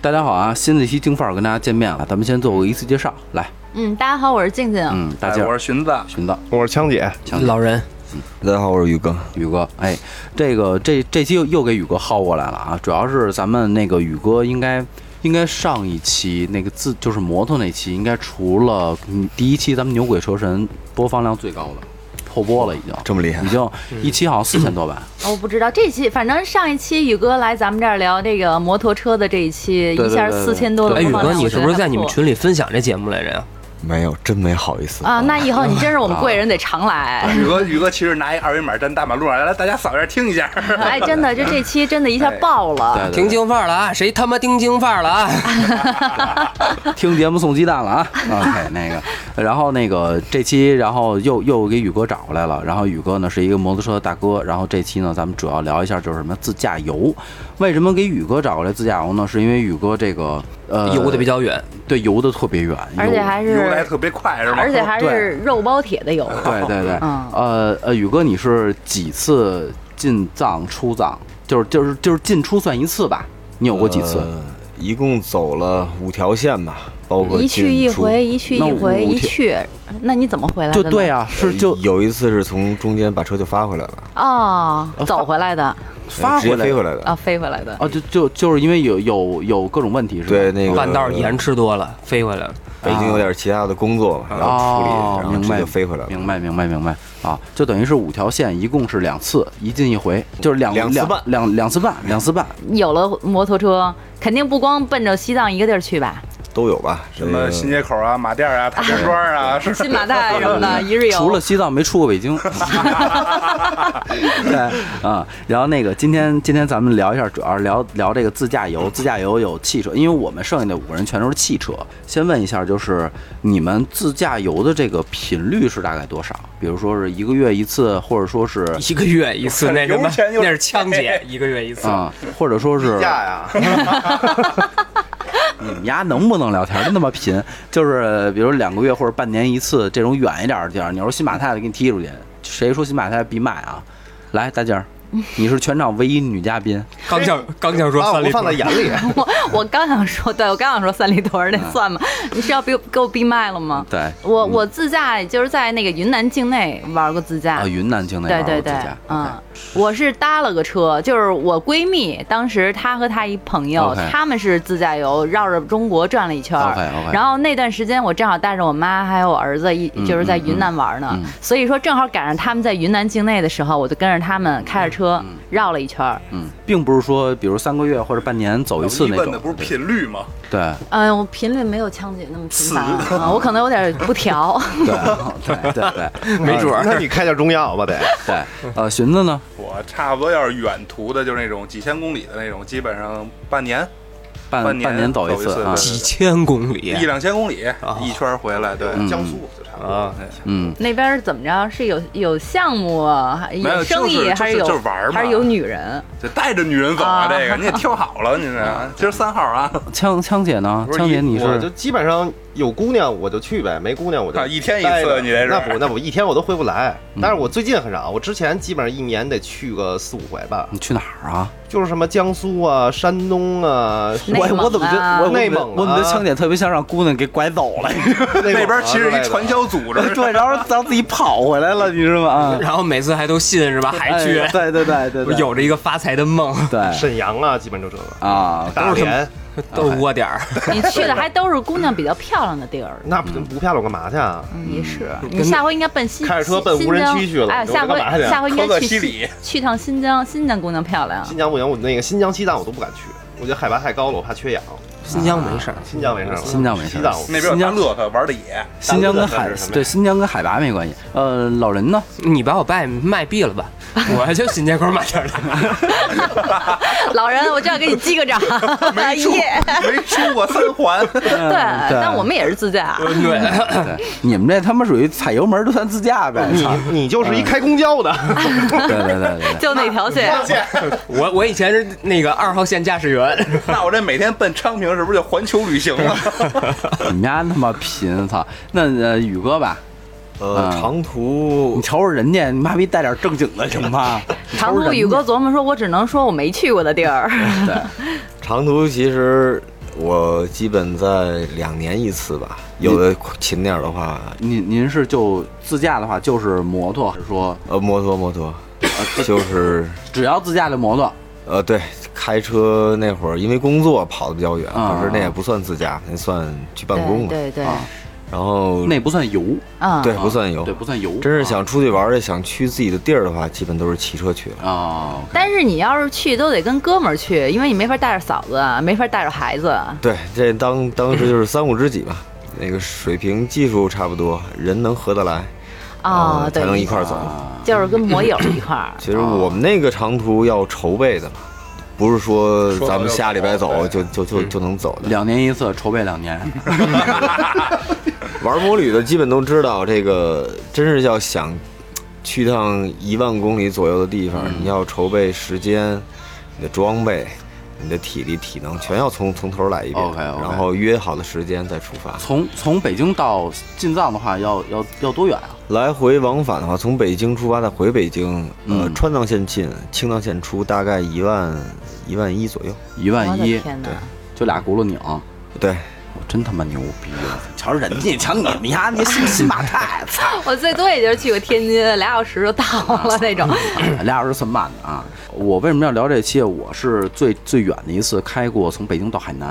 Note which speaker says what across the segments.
Speaker 1: 大家好啊，新的一期京范儿跟大家见面了，咱们先做个一次介绍，来，
Speaker 2: 嗯，大家好，我是静静。
Speaker 1: 嗯，大家
Speaker 3: 哎我是荀子，
Speaker 1: 寻子，
Speaker 4: 我是枪姐，
Speaker 1: 强姐
Speaker 5: 老人，
Speaker 6: 大家好，我是宇哥。
Speaker 1: 宇哥，哎，这个这这期又又给宇哥薅过来了啊，主要是咱们那个宇哥应该应该上一期那个自就是摩托那期，应该除了嗯第一期咱们牛鬼蛇神播放量最高的，破播了已经，
Speaker 6: 这么厉害
Speaker 1: 已经一期好像四千多吧，
Speaker 2: 哦我不知道这期，反正上一期宇哥来咱们这儿聊这个摩托车的这一期，
Speaker 1: 对对
Speaker 2: 一下
Speaker 1: 对对
Speaker 2: 四千多的
Speaker 1: 对
Speaker 5: 哎，宇
Speaker 2: 播放
Speaker 5: 哥，
Speaker 2: 量，
Speaker 5: 你
Speaker 2: 我
Speaker 5: 是
Speaker 2: 觉得
Speaker 5: 不是
Speaker 2: 还
Speaker 5: 在你们
Speaker 2: 错
Speaker 5: 群里分享这节目来着呀？
Speaker 6: 没有，真没好意思
Speaker 2: 啊？那以后你真是我们贵人，得常来。
Speaker 3: 宇哥，宇哥其实拿一二维码站大马路上，来，大家扫一下听一下。
Speaker 2: 哎，真的，就这期真的一下爆
Speaker 1: 对
Speaker 2: 了。
Speaker 1: 对对
Speaker 5: 听京范儿了啊！谁他妈听京范儿了啊？
Speaker 1: 听节目送鸡蛋了啊！OK，那个，然后那个这期，然后又又给宇哥找过来了。然后宇哥呢是一个摩托车的大哥。然后这期呢，咱们主要聊一下就是什么自驾游。为什么给宇哥找过来自驾游呢？是因为宇哥这个 呃
Speaker 5: 游的比较远，
Speaker 1: 对游的特别远，
Speaker 2: 而且还
Speaker 3: 游
Speaker 2: 是
Speaker 3: 的还特别快是吗？
Speaker 2: 而且还
Speaker 1: 对
Speaker 2: 是肉包铁的油。
Speaker 1: 游对对对，
Speaker 2: 嗯
Speaker 1: 呃呃，宇哥你是几次进藏出藏？就是就是就是进出算一次吧？你有过几次？
Speaker 6: 呃一共走了五条线吧，包括
Speaker 2: 一去一
Speaker 6: 进出
Speaker 2: 回，。一去
Speaker 1: 那
Speaker 2: 一回，
Speaker 1: 五
Speaker 2: 一
Speaker 1: 天
Speaker 2: 去，那你怎么回来的
Speaker 1: 就
Speaker 2: 呢？
Speaker 1: 对啊，
Speaker 6: 呃
Speaker 1: 是就
Speaker 6: 有一次是从中间把车就发回来了，
Speaker 2: 哦，走回来的
Speaker 1: 发
Speaker 6: 直
Speaker 1: 回
Speaker 6: 接
Speaker 1: 来
Speaker 6: 飞回来的。
Speaker 2: 啊，飞回来的。
Speaker 1: 啊，就就就是因为有有有各种问题是吧？
Speaker 6: 对，那个
Speaker 5: 半道盐吃多了，飞回来了。
Speaker 6: 北京有点其他的工作嘛，然后处
Speaker 1: 哦
Speaker 6: 理，然后
Speaker 1: 明
Speaker 6: 直
Speaker 1: 白
Speaker 6: 接飞回来了。
Speaker 1: 明白，明白，明白啊！就等于是五条线，一共是两次，一进一回，就是两
Speaker 6: 两次半
Speaker 1: 两两次半，两次半。
Speaker 2: 有了摩托车，肯定不光奔着西藏一个地儿去吧？
Speaker 6: 都有吧？
Speaker 3: 什么新
Speaker 6: 新
Speaker 3: 街口啊、马甸啊、塔家庄啊，是
Speaker 2: 新马泰什么的，一日游。
Speaker 1: 除了西藏，没出过北 京。对啊，然后那个今天今天咱们聊一下，主要是聊聊这个自驾游。自驾游有汽车，因为我们剩下的五个人全都是汽车。先问一下，就是你们自驾游的这个频率是大概多少？比如说是一个月一次，或者说是
Speaker 5: 一个月 一次，那什么
Speaker 3: 油钱，又
Speaker 5: 那是枪 姐，一个月一次。
Speaker 1: 啊、或者说是
Speaker 3: 价呀，
Speaker 1: 你们家能不能聊天？那么贫，就是比如两个月或者半年一次这种远一点的地儿，你说新马泰的给你踢出去，谁说新马泰必卖啊？来，大静 儿，你是全场唯一女嘉宾，
Speaker 5: 刚 想刚想说三
Speaker 4: 不
Speaker 5: 里
Speaker 4: 放在
Speaker 5: 屯，
Speaker 4: 眼里。
Speaker 2: 我 我刚想说，对我刚想说三里屯儿那算吗？你是要逼给我逼麦了吗？
Speaker 1: 嗯对嗯
Speaker 2: 我我自驾就是在那个云南境内玩过自驾
Speaker 1: 啊，，云南境内
Speaker 2: 对
Speaker 1: 玩
Speaker 2: 对
Speaker 1: 我
Speaker 2: 对
Speaker 1: 自驾，，
Speaker 2: 嗯，我是搭了个车，就是我闺蜜，当时她和她一朋友
Speaker 1: OK
Speaker 2: 他们是自驾游，绕着中国转了一圈儿。
Speaker 1: OK，OK
Speaker 2: 然后那段时间我正好带着我妈还有我儿子一
Speaker 1: 嗯
Speaker 2: 就是在云南玩呢，
Speaker 1: 嗯嗯嗯
Speaker 2: 所以说正好赶上他们在云南境内的时候，我就跟着他们开着车绕了一圈儿。
Speaker 1: 嗯，并不是说比如三个月或者半年走一次
Speaker 3: 你
Speaker 1: 那
Speaker 3: 问的不
Speaker 1: 种
Speaker 3: 是，频率吗？
Speaker 1: 对
Speaker 2: 嗯，我频率没有枪姐那么频繁啊， 啊我可能有点不调。
Speaker 1: 对对对对
Speaker 5: 没准
Speaker 6: 啊
Speaker 5: 儿。
Speaker 4: 那你开下中药吧得。
Speaker 1: 对，呃，寻子呢？
Speaker 3: 我差不多要是远途的，就是那种几千公里的那种，基本上半年
Speaker 1: 半
Speaker 3: 半年
Speaker 1: 走一
Speaker 3: 走一次
Speaker 1: 啊，
Speaker 3: 对
Speaker 5: 几千公里
Speaker 3: 一啊两千公里
Speaker 5: 哦
Speaker 3: 一圈回来，对，
Speaker 1: 嗯
Speaker 3: 江苏就差不多
Speaker 5: 啊。
Speaker 3: 对
Speaker 1: 嗯，
Speaker 2: 那边儿怎么着？是有有项目啊，还
Speaker 3: 没有
Speaker 2: 生
Speaker 3: 就
Speaker 2: 意，
Speaker 3: 是
Speaker 2: 还是
Speaker 3: 就
Speaker 2: 有
Speaker 3: 是就是玩儿嘛
Speaker 2: 还是有女人？
Speaker 3: 就带着女人走啊，
Speaker 2: 啊
Speaker 3: 这个你也挑好了，你这今儿三号啊，
Speaker 1: 枪枪姐呢？
Speaker 4: 不是
Speaker 1: 枪姐你
Speaker 4: 我就是基本上有姑娘我就去呗，没姑娘我就
Speaker 3: 啊一天一次
Speaker 4: 待着
Speaker 3: 你
Speaker 1: 哎
Speaker 3: 这是
Speaker 4: 那不那不一天我都回不来。
Speaker 1: 嗯
Speaker 4: 但是我最近很少，我之前基本上一年得去个四五回吧，
Speaker 1: 你去哪儿啊？
Speaker 4: 就是什么江苏啊、山东啊，
Speaker 2: 内蒙
Speaker 1: 我我怎么觉
Speaker 2: 啊
Speaker 1: 得我
Speaker 4: 内蒙啊
Speaker 1: 我怎么觉得枪姐特别像让姑娘给拐走了？
Speaker 4: 那
Speaker 3: 那边其实一传销组织，
Speaker 1: 对，然后咱自己跑回来了，你知道吗？ 啊，
Speaker 5: 然后每次还都信是 吧？还去
Speaker 1: 哎，对对对对
Speaker 5: 我
Speaker 1: 对，
Speaker 5: 有着一个发财的梦，
Speaker 1: 对
Speaker 4: 沈阳啊，基本就这个。
Speaker 1: 啊，
Speaker 4: 大连
Speaker 5: 都是窝点儿。
Speaker 2: 你去的还都是姑娘比较漂亮的地儿。
Speaker 4: 那
Speaker 1: 嗯
Speaker 4: 不不漂亮干嘛去啊？
Speaker 2: 嗯，也是。
Speaker 5: 跟
Speaker 2: 你下回应该奔新，
Speaker 4: 开着车奔
Speaker 2: 新
Speaker 4: 无人
Speaker 2: 疆
Speaker 4: 区去了
Speaker 2: 哎，
Speaker 4: 你
Speaker 2: 下
Speaker 4: 说
Speaker 2: 回
Speaker 4: 这干嘛去啊
Speaker 2: 下回应
Speaker 3: 可
Speaker 2: 该
Speaker 3: 可
Speaker 2: 去
Speaker 3: 西
Speaker 2: 新
Speaker 3: 里
Speaker 2: 去趟新疆，新疆姑娘漂亮。
Speaker 4: 新疆不行，我那个新疆、西藏我都不敢去，我觉得海拔太高了，我怕缺氧。
Speaker 5: 新疆没事儿，
Speaker 4: 新疆没事儿吧，
Speaker 1: 嗯新疆没事儿
Speaker 4: 西藏 我
Speaker 3: 那边有大乐呵玩的野，
Speaker 1: 新疆跟海
Speaker 4: 大陆的是什么呀
Speaker 1: 对新疆跟海拔没关系。呃，老人呢？
Speaker 5: 你把我爸卖毙了 吧？我就新街口马甸 儿。
Speaker 2: 老人，我就要给你击个掌。
Speaker 3: 没出
Speaker 2: 耶！
Speaker 3: 没出过三 环，
Speaker 1: 嗯
Speaker 2: 对，但我们也是自驾。
Speaker 5: 嗯对，
Speaker 1: 对你们这他妈属于踩油门就算自驾呗。操
Speaker 4: 你你就是一开公交的，
Speaker 1: 嗯对对对对对，
Speaker 2: 就那条线，
Speaker 5: 我我以前是那个二号线驾驶员。
Speaker 3: 那我这每天奔昌平是不是就环球旅行了？
Speaker 1: 你们家他妈贫，操！那呃宇哥吧，嗯
Speaker 6: 呃，长途
Speaker 1: 你瞅瞅人家，你妈逼带点正经的行吗？你瞅瞅
Speaker 2: 长途
Speaker 1: 人
Speaker 2: 宇哥
Speaker 1: 家，
Speaker 2: 琢磨说，我只能说我没去过的地儿。
Speaker 1: 对，
Speaker 6: 长途其实我基本在两年一次吧，有的勤点儿的话，
Speaker 1: 您您是就自驾的话，就是摩托，还是说
Speaker 6: 呃，摩托摩
Speaker 1: 啊
Speaker 6: 托，就是
Speaker 1: 只要自驾的摩托，
Speaker 6: 呃，对，开车那会儿因为工作跑的比较远，
Speaker 1: 啊
Speaker 6: 可是那也不算自驾，那算去办公嘛。
Speaker 2: 对对对，
Speaker 1: 啊
Speaker 6: 然后
Speaker 1: 那不算游，
Speaker 2: 嗯，
Speaker 6: 对
Speaker 1: 啊
Speaker 6: 不算游
Speaker 1: 对，不算游。
Speaker 6: 真是想出去玩儿的，想去自己的地儿的话，基本都是骑车去了。
Speaker 1: 啊，
Speaker 2: 但是你要是去，都得跟哥们儿去，因为你没法带着嫂子，啊没法带着孩子。啊
Speaker 6: 对，这当当时就是三五知己吧，那个水平技术差不多，人能合得来，
Speaker 2: 哦
Speaker 6: 呃
Speaker 2: 对
Speaker 6: 才能一块儿走。。
Speaker 1: 啊
Speaker 2: 就是跟摩友一块儿
Speaker 6: 其实我们那个长途要筹备的嘛，不是说咱们下礼拜走
Speaker 3: 说走
Speaker 6: 就就就
Speaker 1: 嗯
Speaker 6: 就能走的。
Speaker 1: 两年一次，筹备两年。
Speaker 6: 玩摩旅的基本都知道，这个真是要想去趟一万公里左右的地
Speaker 1: 嗯
Speaker 6: 方，你要筹备时间、你的装备、你的体力、体能，全要从从头来一遍。
Speaker 1: OK，OK
Speaker 6: 然后约好的时间再出发。
Speaker 1: 从 从北京到进藏的话，要要要多远啊？
Speaker 6: 来回往返的话，从北京出发再回北京，呃
Speaker 1: 嗯，
Speaker 6: 川藏线进，青藏线出，大概一万一万一左右。
Speaker 1: 一
Speaker 2: 我
Speaker 1: 嗯万
Speaker 2: 的
Speaker 1: 一，
Speaker 2: 天哪！
Speaker 1: 就俩轱辘拧，
Speaker 6: 对，
Speaker 1: 我真他妈牛逼！啊瞧人家，瞧你，你看你新新马泰，操！
Speaker 2: 我最多也就是去过天津，俩小时就到了那种。
Speaker 1: 俩小时算慢的啊！我为什么要聊这期？我是最最远的一次开过从北京到海南，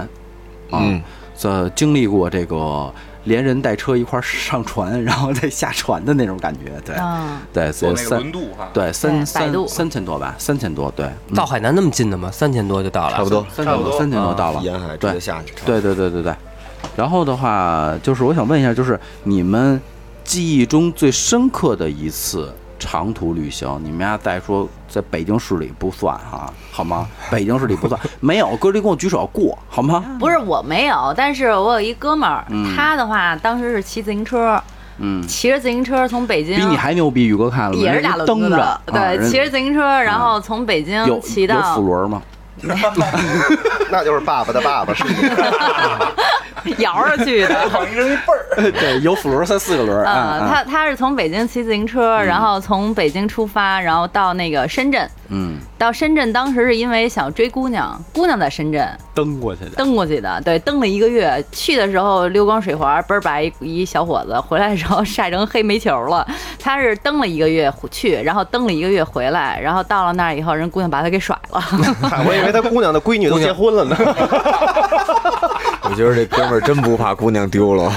Speaker 1: 啊，
Speaker 6: 嗯
Speaker 1: 这经历过这个连人带车一块儿上船，然后再下船的那种感觉，对，
Speaker 2: 嗯，
Speaker 1: 对，
Speaker 3: 坐
Speaker 1: 所以
Speaker 3: 那个
Speaker 1: 三
Speaker 3: 轮渡哈，
Speaker 1: 对三
Speaker 2: 对百度
Speaker 1: 三三千多吧，三千多，对，嗯
Speaker 5: 到海南那么近的吗？三千多就到了，
Speaker 6: 差不多。
Speaker 1: 三千
Speaker 3: 差不多
Speaker 1: 三千多
Speaker 5: 啊
Speaker 1: 到了，
Speaker 6: 沿海直
Speaker 1: 对
Speaker 6: 接下去。
Speaker 1: 对对对对对。然后的话，就是我想问一下，就是你们记忆中最深刻的一次长途旅行，你们家再说在北京市里不算哈，好吗？北京市里不算，没有，哥儿你给我举手过，好吗？
Speaker 2: 不是我没有，但是我有一哥们儿，
Speaker 1: 嗯
Speaker 2: 他的话当时是骑自行车，
Speaker 1: 嗯，
Speaker 2: 骑着自行车从北京，
Speaker 1: 比你还牛逼，宇哥看了吗
Speaker 2: 也是
Speaker 1: 人家
Speaker 2: 俩轮
Speaker 1: 蹬
Speaker 2: 子
Speaker 1: 着
Speaker 2: 的
Speaker 1: 啊，
Speaker 2: 对，
Speaker 1: 人嗯
Speaker 2: 骑着自行车，然后从北京
Speaker 1: 有
Speaker 2: 骑
Speaker 1: 有
Speaker 2: 到
Speaker 1: 辅轮吗？
Speaker 4: 那就是爸爸的爸爸是你。
Speaker 2: 摇着去的。
Speaker 3: 往一人一辈儿，
Speaker 1: 对，有辅轮三四个轮儿
Speaker 2: 呃，他他是从北京骑自行车，然后从北京出发，然后到那个深圳。
Speaker 1: 嗯，
Speaker 2: 到深圳当时是因为想追姑娘，姑娘在深圳
Speaker 1: 蹬过去的，
Speaker 2: 蹬过去的，对，蹬了一个月。去的时候溜光水滑，倍儿白一一小伙子，回来的时候晒成黑煤球了。他是蹬了一个月去，然后蹬了一个月回来，然后到了那儿以后，人姑娘把他给甩了。
Speaker 4: 嗨我以为他姑娘的闺女都结婚了呢。
Speaker 6: 我觉得这哥们儿真不怕姑娘丢 了。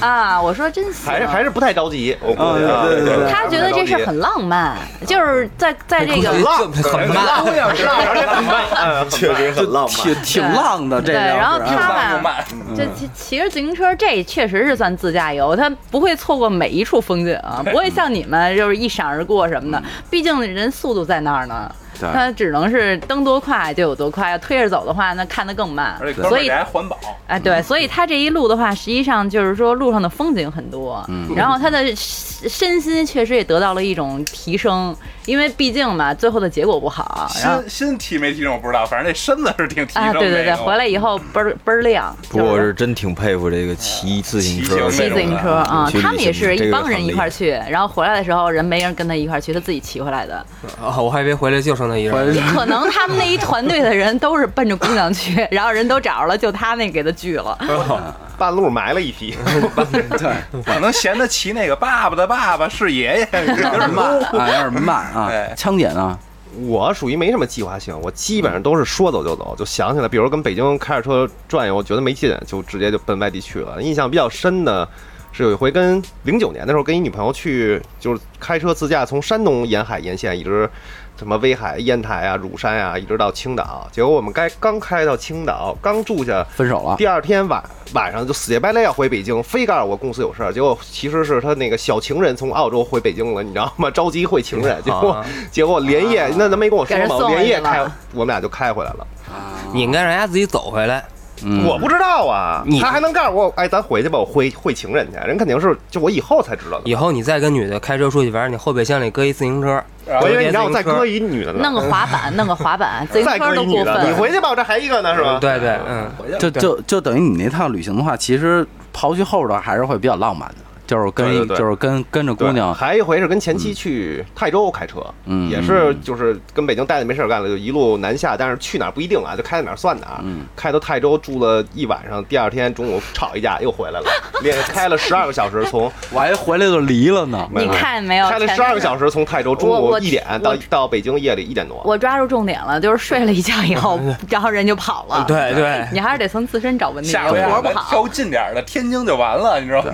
Speaker 2: 啊，我说真行。
Speaker 4: 还是还是不太着急，我估计啊
Speaker 1: 嗯对对对对
Speaker 2: 他觉得这事儿很浪漫， 就是在在这个
Speaker 5: 浪，哎很浪。
Speaker 3: 哎
Speaker 4: 姑娘是吧而且很浪漫，确实很浪
Speaker 1: 挺挺浪的这
Speaker 2: 对，
Speaker 1: 个。
Speaker 2: 然后
Speaker 3: 又慢
Speaker 2: 他
Speaker 3: 又
Speaker 2: 吧，
Speaker 3: 慢，
Speaker 2: 这骑骑着自行车，这确实是算自驾游，他不会错过每一处风景啊，不会像你们就是一闪而过什么的， 毕竟人速度在那儿呢。
Speaker 1: 对
Speaker 2: 他只能是蹬多快就有多快，要推着走的话，那看得更慢
Speaker 3: 而且。哥们
Speaker 2: 所
Speaker 3: 儿
Speaker 2: 以
Speaker 3: 这，还环保，
Speaker 2: 哎，对，所以他这一路的话，实际上就是说路上的风景很多，然后他的身心确实也得到了一种提升，因为毕竟嘛，最后的结果不好，然后
Speaker 3: 心心提没提升我不知道，反正这身子是挺提
Speaker 2: 啊，
Speaker 3: 升的。哎
Speaker 2: 对对对，回来以后倍儿倍儿亮。
Speaker 6: 不过我是真挺佩服这个骑自行车的
Speaker 3: 骑
Speaker 2: 骑
Speaker 6: 这
Speaker 2: 自
Speaker 6: 种
Speaker 2: 行
Speaker 6: 人
Speaker 2: 车啊，
Speaker 6: 去旅行
Speaker 2: 他们也是一帮人一块儿
Speaker 6: 这个很厉害
Speaker 2: 去，然后回来的时候人没人跟他一块儿去，他自己骑回来的。
Speaker 5: 啊，我还以为回来就剩那一人。
Speaker 2: 也可能他们那一团队的人都是奔着姑娘去， 然后人都找着了，就他那给他拒了。
Speaker 4: 半路埋了一批，
Speaker 1: 对，
Speaker 3: 可能嫌他骑那个爸爸的爸爸是爷爷，有点慢。
Speaker 1: 啊，有点慢啊。
Speaker 3: 哎
Speaker 1: 枪姐呢？
Speaker 4: 我属于没什么计划性，我基本上都是说走就走，就想起来，比如跟北京开着车转悠，觉得没劲，就直接就奔外地去了。印象比较深的是有一回跟零九年的时候跟一女朋友去，就是开车自驾从山东沿海沿线一直什么威海、烟台啊、乳山啊，一直到青岛。结果我们该刚开到青岛，刚住下，
Speaker 1: 分手了
Speaker 4: 第二天晚晚上就死乞白赖要回北京，非告诉我公司有事儿。结果其实是他那个小情人从澳洲回北京了，你知道吗？着急会情人，结果、结果连夜、那他没跟我说
Speaker 2: 啊给人
Speaker 4: 嘛，
Speaker 2: 送
Speaker 4: 我连夜开
Speaker 2: 回去了，
Speaker 4: 我们俩就开回来了。
Speaker 5: 你应该让人家自己走回来。
Speaker 1: 嗯
Speaker 4: 我不知道啊
Speaker 5: 你，
Speaker 4: 他还能告诉我，哎，咱回去吧，我会会情人去，人肯定是就我以后才知道的。
Speaker 5: 以后你再跟女的开车出去玩，你后备箱里搁一自行车，
Speaker 1: 啊
Speaker 4: 我以
Speaker 5: 折叠
Speaker 4: 啊为你
Speaker 5: 自
Speaker 4: 让我
Speaker 5: 行
Speaker 4: 再
Speaker 5: 车
Speaker 4: 搁一女的呢，
Speaker 2: 弄个滑板，弄个滑板，自行
Speaker 4: 再
Speaker 2: 车
Speaker 4: 搁
Speaker 2: 都
Speaker 4: 一
Speaker 2: 过
Speaker 4: 女的，你
Speaker 2: 分。
Speaker 4: 回去吧，我这还一个呢，是吧？
Speaker 5: 对对，嗯，
Speaker 1: 就就就等于你那趟旅行的话，其实刨去后头还是会比较浪漫的，就是跟
Speaker 4: 对对对
Speaker 1: 就是跟跟着姑
Speaker 4: 对
Speaker 1: 娘，
Speaker 4: 还有一回是跟前妻去泰州开车，
Speaker 1: 嗯
Speaker 4: 也是就是跟北京待着没事儿干了，就一路南下，但是去哪儿不一定啊，就开到哪儿算哪儿。
Speaker 1: 嗯
Speaker 4: 开到泰州住了一晚上，第二天中午吵一架又回来 了，连开了十二个小时从
Speaker 1: 我还回来就离了呢。
Speaker 4: 没
Speaker 2: 你
Speaker 4: 有
Speaker 2: 看没有？
Speaker 4: 开了
Speaker 2: 全
Speaker 4: 十二个小时从泰州中
Speaker 2: 我
Speaker 4: 午
Speaker 2: 我
Speaker 4: 一点到
Speaker 2: 我
Speaker 4: 到北京夜里一点多。
Speaker 2: 我抓住重点了，就是睡了一觉以后，然后人就跑了。，
Speaker 5: 对对，
Speaker 2: 你还是得从自身找问题，
Speaker 3: 下回
Speaker 2: 活
Speaker 3: 我
Speaker 2: 不
Speaker 3: 们
Speaker 2: 好。
Speaker 3: 挑近点儿的天津就完了，你知道吗？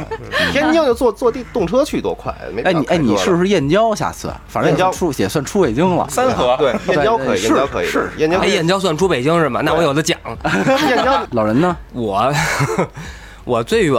Speaker 4: 天津就坐坐地动车去多快，没必
Speaker 1: 哎
Speaker 4: 要
Speaker 1: 你哎
Speaker 4: 开车
Speaker 1: 你
Speaker 4: 了
Speaker 1: 试试燕郊，下次反正也
Speaker 4: 燕郊
Speaker 1: 算出也算出北京了。
Speaker 3: 三河
Speaker 4: 对燕郊可以，
Speaker 1: 对
Speaker 4: 燕郊可以，
Speaker 1: 是
Speaker 4: 燕郊
Speaker 5: 哎，
Speaker 4: 可以
Speaker 5: 燕郊算出北京是吗？那我有的讲。
Speaker 4: 燕郊
Speaker 1: 老人呢？
Speaker 5: 我 我最远，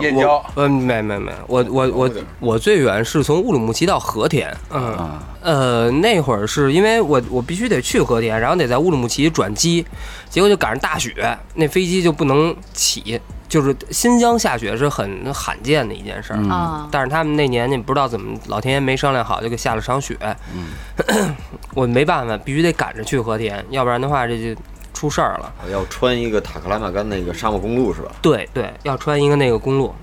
Speaker 3: 燕
Speaker 5: 我
Speaker 3: 郊
Speaker 5: 嗯，没没没，我我我我最远是从乌鲁木齐到和田，嗯
Speaker 1: 啊，
Speaker 5: 呃，那会儿是因为我我必须得去和田，然后得在乌鲁木齐转机，结果就赶上大雪，那飞机就不能起，就是新疆下雪是很罕见的一件事儿。
Speaker 1: 嗯
Speaker 2: 啊，
Speaker 5: 但是他们那年也不知道怎么，老天爷没商量好，就给下了场雪。
Speaker 1: 嗯
Speaker 5: 我没办法，必须得赶着去和田，要不然的话这就出事儿了。
Speaker 6: 要穿一个塔克拉玛干那个沙漠公路是吧？
Speaker 5: 对对，要穿一个那个公路，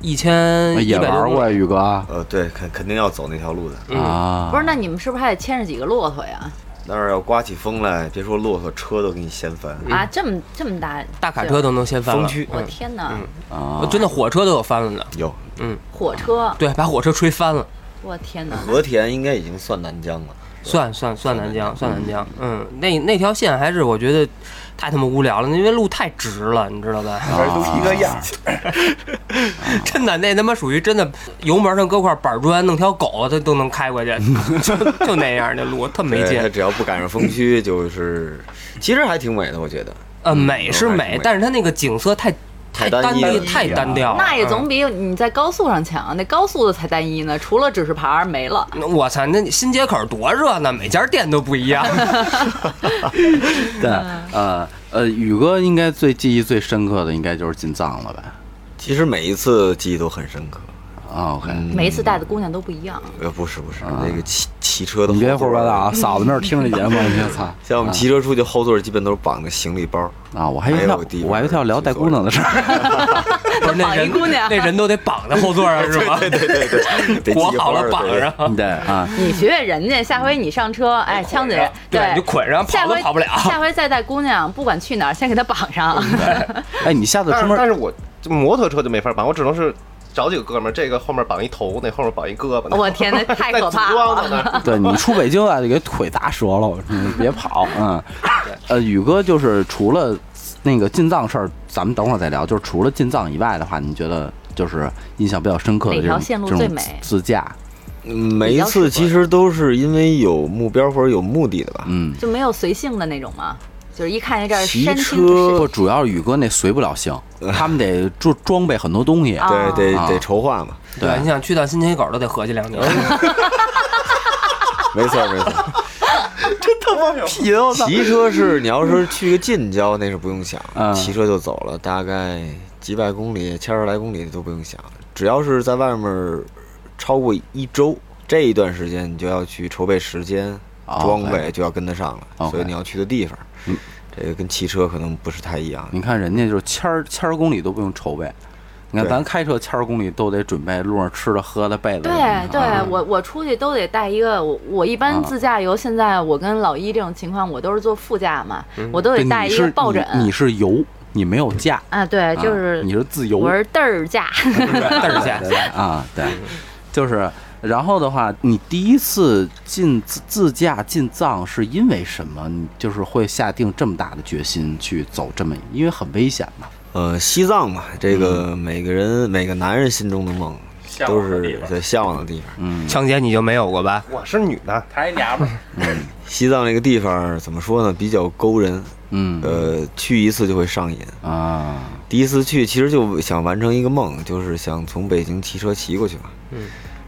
Speaker 5: 一千一
Speaker 1: 也
Speaker 5: 百
Speaker 1: 哎玩过呀，宇哥啊
Speaker 6: 呃，对，肯肯定要走那条路的。
Speaker 5: 嗯，
Speaker 1: 啊
Speaker 2: 不是，那你们是不是还得牵着几个骆驼呀？
Speaker 6: 那儿要刮起风来，别说骆驼，车都给你掀翻。
Speaker 2: 啊，这么这么大
Speaker 5: 大卡车，都能掀翻了。
Speaker 6: 风区
Speaker 2: 我天哪！
Speaker 1: 啊
Speaker 5: 我真的火车都有翻了的，
Speaker 6: 有
Speaker 2: 火车，
Speaker 5: 对，把火车吹翻了，
Speaker 2: 我天哪！
Speaker 6: 和田应该已经算南疆了，
Speaker 5: 算算算南疆，算南疆。嗯，那那条线还是我觉得太他妈无聊了，因为路太直了，你知道吧？
Speaker 3: 反正都一个样儿。
Speaker 5: 真的，那他妈属于真的，油门上搁块板砖，弄条狗，它都能开过去，就就那样那路，特没
Speaker 6: 对
Speaker 5: 劲
Speaker 6: 它。只要不赶上风区，就是其实还挺美的，我觉得。
Speaker 5: 呃，美是
Speaker 6: 还是
Speaker 5: 美
Speaker 6: 美，
Speaker 5: 但是它那个景色太
Speaker 6: 太
Speaker 5: 单
Speaker 6: 单一
Speaker 5: 一，
Speaker 6: 了
Speaker 5: 太单调了。
Speaker 2: 那也总
Speaker 5: 嗯
Speaker 2: 比你在高速上强，那高速的才单一呢，除了指示牌儿没了。
Speaker 5: 那我操，那新街口多热闹，每家店都不 一样。
Speaker 1: 对，呃呃，宇哥应该最记忆最深刻的应该就是进藏了呗。
Speaker 6: 其实每一次记忆都很深刻。
Speaker 1: 啊 OK，
Speaker 4: 嗯
Speaker 2: 每一次带的姑娘都不一样，
Speaker 6: 呃，不是不是，
Speaker 4: 啊
Speaker 6: 那个骑骑车的
Speaker 1: 你
Speaker 6: 后座
Speaker 1: 别胡说八道啊！嫂子那儿听着 节目，我操！
Speaker 6: 像我们骑车出去，后座基本都是绑着行李包。
Speaker 1: 啊，我还以为
Speaker 6: 还
Speaker 1: 要
Speaker 6: 有个地方
Speaker 1: 我还以为要聊带姑娘的事儿。
Speaker 5: 不是那
Speaker 2: 绑一
Speaker 5: 人
Speaker 2: 姑娘
Speaker 5: 嗯那人都得绑在后座上是 吗？
Speaker 6: 对对对，得
Speaker 5: 裹
Speaker 6: 系
Speaker 5: 好
Speaker 6: 花儿
Speaker 5: 了绑。
Speaker 6: 对
Speaker 5: 上，
Speaker 1: 对啊，
Speaker 2: 你学学人家，下回你上车，哎，枪姐，
Speaker 5: 你就捆上，
Speaker 2: 下
Speaker 5: 跑
Speaker 2: 回
Speaker 5: 都跑不了。
Speaker 2: 下回再带姑娘，不管去哪儿，先给她绑上。
Speaker 1: 哎，你下次
Speaker 4: 但
Speaker 1: 出
Speaker 4: 是但
Speaker 1: 门
Speaker 4: 是我这摩托车就没法绑，我只能是找几个哥们儿，这个后面绑一头，那后面绑一胳 膊。
Speaker 2: 我 天哪，太
Speaker 4: 再
Speaker 2: 可
Speaker 4: 组
Speaker 2: 怕
Speaker 4: 装到
Speaker 2: 了！
Speaker 4: 那儿，
Speaker 1: 对你出北京啊，就给腿打折了，你别跑。嗯，呃，宇哥就是除了那个进藏事儿，咱们等会儿再聊。就是除了进藏以外的话，你觉得就是印象比较深刻的
Speaker 2: 哪
Speaker 1: 这
Speaker 2: 条
Speaker 1: 种
Speaker 2: 线路
Speaker 1: 这
Speaker 2: 最
Speaker 1: 种
Speaker 2: 美
Speaker 1: 自驾，
Speaker 6: 嗯每一次其实都是因为有目标或者有目的的吧。
Speaker 1: 嗯。
Speaker 2: 就没有随性的那种吗？就是一看见这儿
Speaker 6: 骑
Speaker 2: 山清
Speaker 6: 车
Speaker 2: 水
Speaker 1: 不，主要是宇哥那随不了 性，他们得装装备很多东西。
Speaker 2: 啊
Speaker 6: 对，得
Speaker 1: 啊
Speaker 6: 得筹划嘛。
Speaker 1: 对
Speaker 5: 你想去到新街口都得合 计两年。
Speaker 6: 没错没错，
Speaker 3: 哎
Speaker 1: 皮子
Speaker 6: 骑车是你要是去个近郊，那是不用想
Speaker 1: 嗯，
Speaker 6: 骑车就走了，大概几百公里、千十来公里都不用想。只要是在外面超过一周这一段时间，你就要去筹备时间、
Speaker 1: 哦
Speaker 6: 装备，就要跟得上了。
Speaker 1: OK
Speaker 6: 所以你要去的地方，这个跟骑车可能不是太一样。
Speaker 1: 你看人家就是千儿千儿公里都不用筹备，你看
Speaker 6: 对
Speaker 1: 咱开车千儿公里都得准备路上吃的、喝的、被子。
Speaker 2: 对对
Speaker 1: 啊，
Speaker 2: 我我出去都得带一个，我我一般
Speaker 1: 啊
Speaker 2: 自驾游，现在我跟老一这种情况，我都是坐副驾嘛，我都
Speaker 1: 对
Speaker 2: 得带
Speaker 1: 你
Speaker 2: 一个
Speaker 1: 是
Speaker 2: 抱枕。
Speaker 1: 你你是游，你没有驾，
Speaker 2: 啊，对，就
Speaker 1: 啊
Speaker 2: 是
Speaker 1: 你是自由
Speaker 2: 我是嘚儿驾，
Speaker 5: 但是 去，
Speaker 1: 啊，对，就是。然后的话，你第一次进自自驾进藏是因为什么？你就是会下定这么大的决心去走这么，因为很危险嘛。
Speaker 6: 呃，西藏嘛，这
Speaker 1: 嗯
Speaker 6: 个每个人每个男人心中的梦
Speaker 3: 向
Speaker 6: 都
Speaker 3: 往的地
Speaker 6: 是
Speaker 3: 方
Speaker 6: 对向往的地方。
Speaker 1: 嗯，
Speaker 5: 强姐你就没有过吧？
Speaker 4: 我是女 的，
Speaker 3: 他一娘们儿，
Speaker 6: 西藏这个地方怎么说呢？比较勾人，
Speaker 1: 嗯
Speaker 6: 呃，去一次就会上瘾。
Speaker 1: 啊，
Speaker 6: 第一次去，其实就想完成一个梦，就是想从北京骑车骑过去嘛。嗯，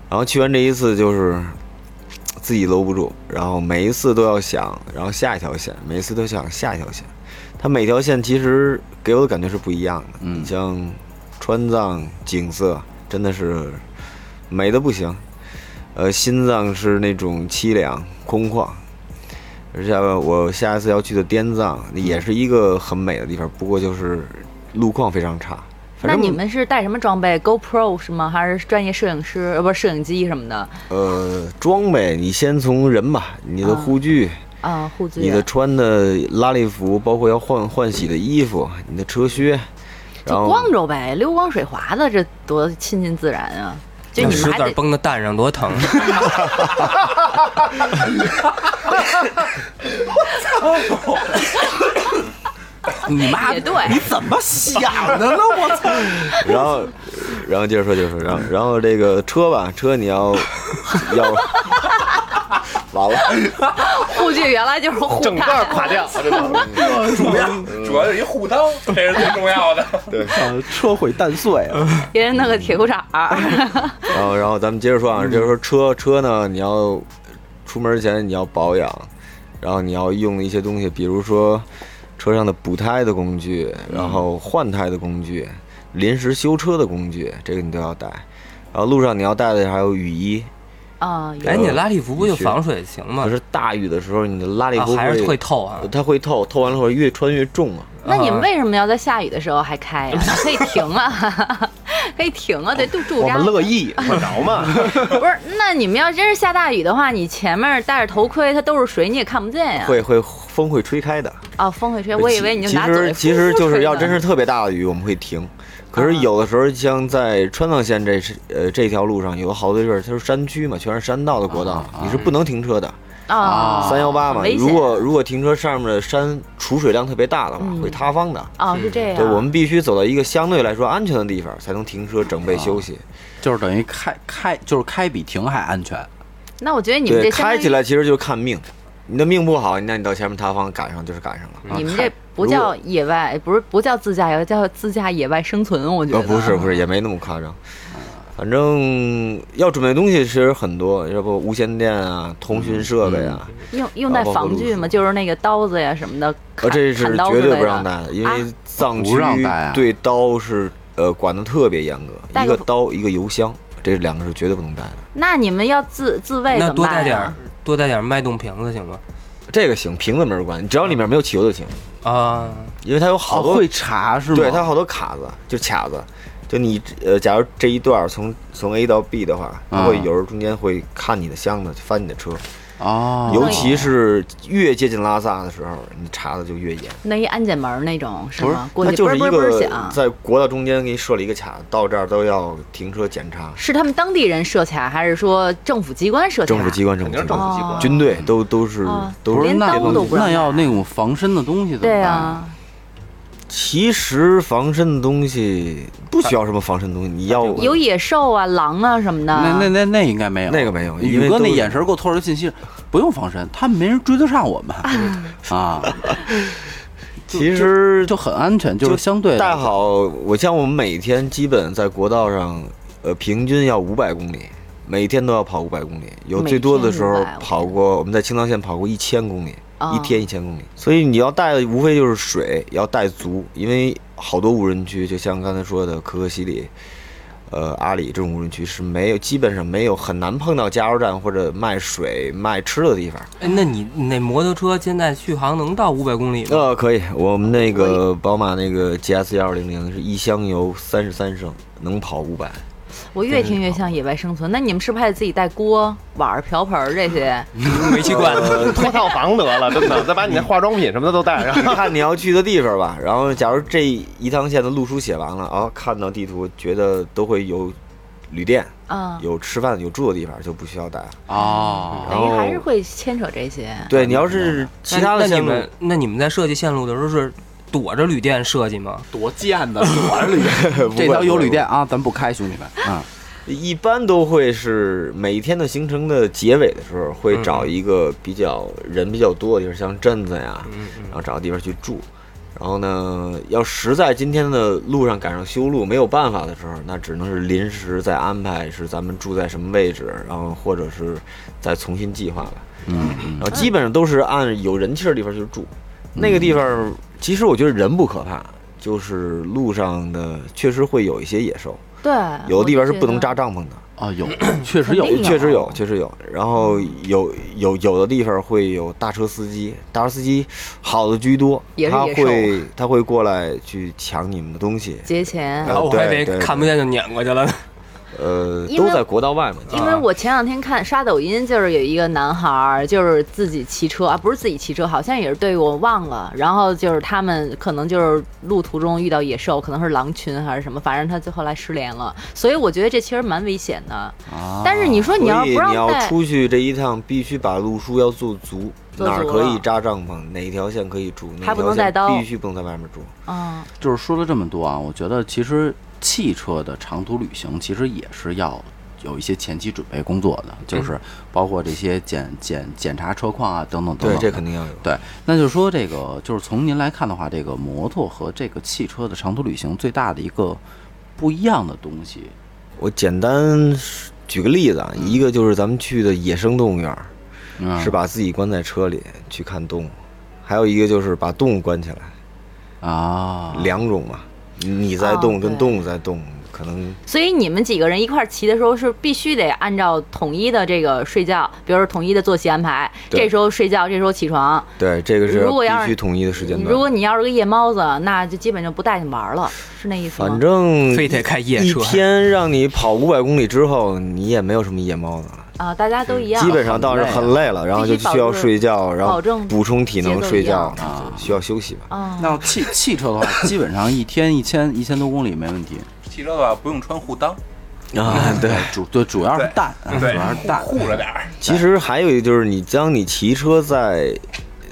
Speaker 6: 然后去完这一次，就是自己搂不住，然后每一次都要想，然后下一条线，每一次都想下一条线。它每条线其实给我的感觉是不一样的。
Speaker 1: 嗯
Speaker 6: 你像川藏景色真的是美的不行，呃，新藏是那种凄凉空旷。而且我下一次要去的滇藏也是一个很美的地方，不过就是路况非常差，
Speaker 4: 反
Speaker 2: 那
Speaker 4: 正
Speaker 2: 你们是带什么装备？GoPro 是吗？还是专业摄影师？呃，不是摄影机什么的
Speaker 6: 呃，装备你先从人吧，你的护具、
Speaker 2: 啊？护具
Speaker 6: 你的穿的拉力服，包括要换换洗的衣服、你的车靴，然
Speaker 2: 就
Speaker 6: 后
Speaker 2: 光着呗，溜光水滑的，这多亲近自然啊！就
Speaker 5: 那
Speaker 2: 你
Speaker 5: 石
Speaker 2: 们
Speaker 5: 子
Speaker 2: 还
Speaker 5: 儿
Speaker 2: 得
Speaker 5: 崩到蛋上 多疼，
Speaker 1: 你妈
Speaker 2: 也对，
Speaker 1: 怎么想的呢？我操！
Speaker 6: 然后，然后接着说，接着说，然后，然后这个车吧，车你要要完了，
Speaker 2: 护具原来就是护
Speaker 4: 整
Speaker 2: 带
Speaker 4: 个，垮掉，这脑袋
Speaker 3: 主要主要是一护裆，这是最重要的。
Speaker 1: 车毁蛋碎啊！
Speaker 2: 别人弄个铁裤衩儿，
Speaker 6: 然后，然后咱们接着说啊，
Speaker 5: 嗯
Speaker 6: 接着说车车呢，你要出门前你要保养，然后你要用一些东西，比如说车上的补胎的工具，
Speaker 5: 嗯
Speaker 6: 然后换胎的工具，临时修车的工具，这个你都要带。然后路上你要带的还有雨衣，
Speaker 2: 啊，有
Speaker 5: 哎，你拉力服不就防水行吗
Speaker 6: 可？是大雨的时候你的拉力
Speaker 5: 嗯啊
Speaker 6: 服
Speaker 5: 还是会透啊。
Speaker 6: 它会透，透完了后越穿越重啊。
Speaker 2: 那你们为什么要在下雨的时候还开呀、可以停啊， 可以停啊，得住住
Speaker 4: 我
Speaker 2: 家
Speaker 4: 们。乐 意，管着嘛。
Speaker 2: 不是，那你们要真是下大雨的话，你前面戴着头盔，它都是水，你也看不见呀、
Speaker 6: 会会风会吹开的。
Speaker 2: 啊。哦，风会吹，我以为你就
Speaker 6: 其
Speaker 2: 拿嘴
Speaker 6: 实其
Speaker 2: 呼
Speaker 6: 实
Speaker 2: 呼
Speaker 6: 就是
Speaker 2: 吹
Speaker 6: 要
Speaker 2: 呢啊
Speaker 6: 真是特别大的雨，我们会停。可是有的时候，像在川藏线这是呃这条路上，有好多地儿，它是山区嘛，全是山道的国道，你是不能停车的。
Speaker 2: 啊，
Speaker 6: 三幺八嘛，
Speaker 2: 危险啊
Speaker 6: 如果如果停车上面的山储水量特别大的话，
Speaker 2: 嗯
Speaker 6: 会塌方的。
Speaker 2: 哦是这样，
Speaker 6: 嗯对，我们必须走到一个相对来说安全的地方，才能停车整备休
Speaker 2: 啊
Speaker 6: 息。
Speaker 1: 就是等于开开，就是开比停还安全。
Speaker 2: 那我觉得你们
Speaker 6: 对，
Speaker 2: 这相当
Speaker 6: 开
Speaker 2: 于
Speaker 6: 起来其实就是看命，你的命不好，那你到前面塌方赶上就是赶上了。
Speaker 2: 你们这不叫野外，不是不叫自驾游，叫自驾野外生存。我觉得、
Speaker 6: 呃，不是不是，也没那么夸张。反正要准备的东西其实很多，要不无线电
Speaker 1: 嗯
Speaker 6: 啊、通讯设备啊，
Speaker 2: 用用在防具嘛，就是那个刀子呀什么的，
Speaker 6: 呃，
Speaker 2: 砍
Speaker 6: 这是
Speaker 2: 砍刀之
Speaker 6: 绝对
Speaker 2: 类
Speaker 6: 不让
Speaker 2: 的
Speaker 6: 带的，因
Speaker 2: 啊
Speaker 6: 为藏
Speaker 1: 哦不
Speaker 6: 区
Speaker 1: 让带啊
Speaker 6: 对刀是呃管的特别严格，
Speaker 2: 带
Speaker 6: 一
Speaker 2: 个
Speaker 6: 个刀一个油箱，这两个是绝对不能带的。
Speaker 2: 那你们要自自卫
Speaker 5: 那
Speaker 2: 怎么
Speaker 5: 多带
Speaker 2: 办啊
Speaker 5: 点
Speaker 2: 呀
Speaker 5: 儿？，多带点儿脉动瓶子行吗？
Speaker 6: 这个行，瓶子没人管，只要里面没有汽油就行，
Speaker 5: 啊，
Speaker 6: 因为它有好
Speaker 1: 哦
Speaker 6: 多
Speaker 1: 会查是吗？
Speaker 6: 对，它有好多卡子，就卡子，就你呃，假如这一段儿从从 A 到 B 的话，它会
Speaker 1: 嗯
Speaker 6: 有时候中间会看你的箱子，翻你的车，
Speaker 1: 哦，
Speaker 6: 尤其是越接近拉萨的时候，你查的就越严。
Speaker 2: 那一安检门儿那种是
Speaker 6: 不是
Speaker 2: 吗？，过
Speaker 6: 它
Speaker 2: 去
Speaker 6: 就
Speaker 2: 嘣儿
Speaker 6: 是一
Speaker 2: 嘣儿嘣儿
Speaker 6: 个
Speaker 2: 响，
Speaker 6: 在国道中间给你设了一个卡，到这儿都要停车检查，
Speaker 2: 是他们当地人设卡，还是说政府机关设卡？
Speaker 6: 政府机关、政
Speaker 4: 肯
Speaker 6: 府机
Speaker 4: 定是政
Speaker 6: 关、
Speaker 4: 府机
Speaker 2: 哦
Speaker 4: 关。
Speaker 6: 军队都都是
Speaker 2: 啊哦
Speaker 6: 都
Speaker 1: 不是
Speaker 6: 是
Speaker 2: 连。
Speaker 1: 那
Speaker 2: 刀都不让
Speaker 1: 那要
Speaker 2: 带
Speaker 1: 那种防身的东西怎么
Speaker 2: 对
Speaker 1: 办？
Speaker 2: 啊，
Speaker 6: 其实防身的东西不需要什么防身的东西，你要
Speaker 2: 有野兽啊、狼啊什么的。
Speaker 1: 那那那那应该没有，
Speaker 6: 那个没有因
Speaker 1: 宇
Speaker 6: 为
Speaker 1: 哥
Speaker 6: 都
Speaker 1: 那
Speaker 6: 是
Speaker 1: 眼神给我透露信息，不用防身，他们没人追得上我们啊，
Speaker 6: 其实
Speaker 1: 就很安全，就是相对啊
Speaker 6: 带好。我像我们每天基本在国道上，呃，平均要五百公里。每天都要跑五百公里，有
Speaker 2: 每
Speaker 6: 最多的
Speaker 2: 天
Speaker 6: 时候
Speaker 2: 500
Speaker 6: 跑过，我们在青藏线跑过一千公里，
Speaker 2: 哦
Speaker 6: 一天一千公里。所以你要带的无非就是水，要带足，因为好多无人区，就像刚才说的可可西里、呃阿里这种无人区是没有，基本上没有很难碰到加油站或者卖水卖吃的地方。
Speaker 5: 哎，那你你那摩托车现在续航能到五百公里吗？
Speaker 6: 呃，可以，我们那个宝马那个 GS 幺二零零是一箱油三十三升，能跑五百。
Speaker 2: 我越听越像野外生存。那你们是不是还得自己带锅、碗儿、瓢盆儿这些？
Speaker 5: 煤气罐。
Speaker 1: 嗯
Speaker 4: 呃， 脱套房得了，真的，再把你那化妆品什么的都带 上。
Speaker 6: 看你要去的地方吧。然后，假如这一趟线的路书写完了啊，看到地图觉得都会有旅店、
Speaker 2: 啊，
Speaker 6: 有吃饭、有住的地方，就不需要带。
Speaker 1: 哦，
Speaker 2: 等于还是会牵扯这些。
Speaker 6: 对你要是其他的
Speaker 5: 那那你
Speaker 6: 线路，
Speaker 5: 们那你们在设计线路的时候是躲着旅店设计吗？
Speaker 1: 多贱的，我是旅店这条有旅店啊，咱不开，兄弟们啊，
Speaker 6: 一般都会是每天的行程的结尾的时候，会找一个比较人比较多的地方，像镇子呀，然后找个地方去住。然后呢，要实在今天的路上赶上修路没有办法的时候，那只能是临时再安排，是咱们住在什么位置，然后或者是再重新计划吧。嗯，然后基本上都是按有人气儿的地方去住。那个地方其实我觉得人不可怕，就是路上的确实会有一些野兽，
Speaker 2: 对，
Speaker 6: 有的地方是
Speaker 2: 我
Speaker 6: 不能
Speaker 2: 觉
Speaker 6: 扎
Speaker 2: 得。
Speaker 6: 帐篷的。
Speaker 1: 啊， 有，确实有
Speaker 2: 肯，定
Speaker 6: 确实有，确实有。然后有有有的地方会有大车司机，大车司机好的居多
Speaker 2: 也，是
Speaker 6: 他
Speaker 2: 野兽啊
Speaker 6: 会他会过来去抢你们的东西，
Speaker 2: 节前。
Speaker 5: 然后我还
Speaker 6: 呃对
Speaker 5: 得
Speaker 6: 对
Speaker 5: 看不见就撵过去了。
Speaker 6: 呃，
Speaker 2: 因
Speaker 4: 都
Speaker 2: 为
Speaker 4: 在国道外嘛。
Speaker 2: 因为我前两天看刷抖音，就是有一个男孩儿，就是自己骑车啊，不是自己骑车，好像也是对我忘了。然后就是他们可能就是路途中遇到野兽，可能是狼群还是什么，反正他最后来失联了。所以我觉得这其实蛮危险的。
Speaker 1: 啊
Speaker 2: 但是你说你要
Speaker 6: 所以
Speaker 2: 不让
Speaker 6: 你要
Speaker 2: 带，
Speaker 6: 出去这一趟，必须把路书要做足，
Speaker 2: 做足
Speaker 6: 哪儿可以
Speaker 2: 了
Speaker 6: 扎帐篷，哪条线可以住，哪
Speaker 2: 还不
Speaker 6: 条
Speaker 2: 能带
Speaker 6: 线
Speaker 2: 刀
Speaker 6: 必须不能在外面住。
Speaker 2: 嗯，
Speaker 1: 就是说了这么多啊，我觉得其实汽车的长途旅行其实也是要有一些前期准备工作的，就是包括这些检检检查车况啊等等等
Speaker 6: 对，
Speaker 1: 等。
Speaker 6: 这肯定要有。
Speaker 1: 对，那就是说这个就是从您来看的话，这个摩托和这个汽车的长途旅行最大的一个不一样的东西，
Speaker 6: 我简单举个例子啊，
Speaker 2: 嗯
Speaker 6: 一个就是咱们去的野生动物园儿，
Speaker 1: 嗯、
Speaker 6: 是？把自己关在车里去看动物，还有一个就是把动物关起来，
Speaker 1: 啊，
Speaker 6: 两种嘛，你在
Speaker 2: 哦
Speaker 6: 动跟
Speaker 2: 对
Speaker 6: 动物在动，可能
Speaker 2: 所以你们几个人一块儿骑的时候是必须得按照统一的这个睡觉，比如说统一的作息安排，
Speaker 6: 对
Speaker 2: 这时候睡觉，这时候起床。
Speaker 6: 对这个是
Speaker 2: 如果要
Speaker 6: 必
Speaker 2: 是
Speaker 6: 须统一的时间
Speaker 2: 如果
Speaker 6: 段。
Speaker 2: 你要是个夜猫子，那就基本就不带你玩儿了，是那意思吗？
Speaker 6: 反正
Speaker 5: 非得开夜
Speaker 6: 嗯一
Speaker 5: 车
Speaker 6: 天让你跑五百公里之后，你也没有什么夜猫子了。
Speaker 2: 啊、大家都一样，
Speaker 6: 基本上倒是很累了，然后就需要睡觉，然后补充体能睡觉
Speaker 2: 保，
Speaker 1: 证
Speaker 6: 需要休息吧。
Speaker 2: 啊、
Speaker 1: 那汽汽车的话，基本上一天一千一千多公里没问题。
Speaker 3: 汽车的话不用穿护裆，
Speaker 1: 啊，对，主对主要是
Speaker 3: 对
Speaker 1: 淡，啊主
Speaker 3: 对
Speaker 1: 要是，淡。
Speaker 3: 护护着点儿。
Speaker 6: 其实还有一个就是，你当你骑车在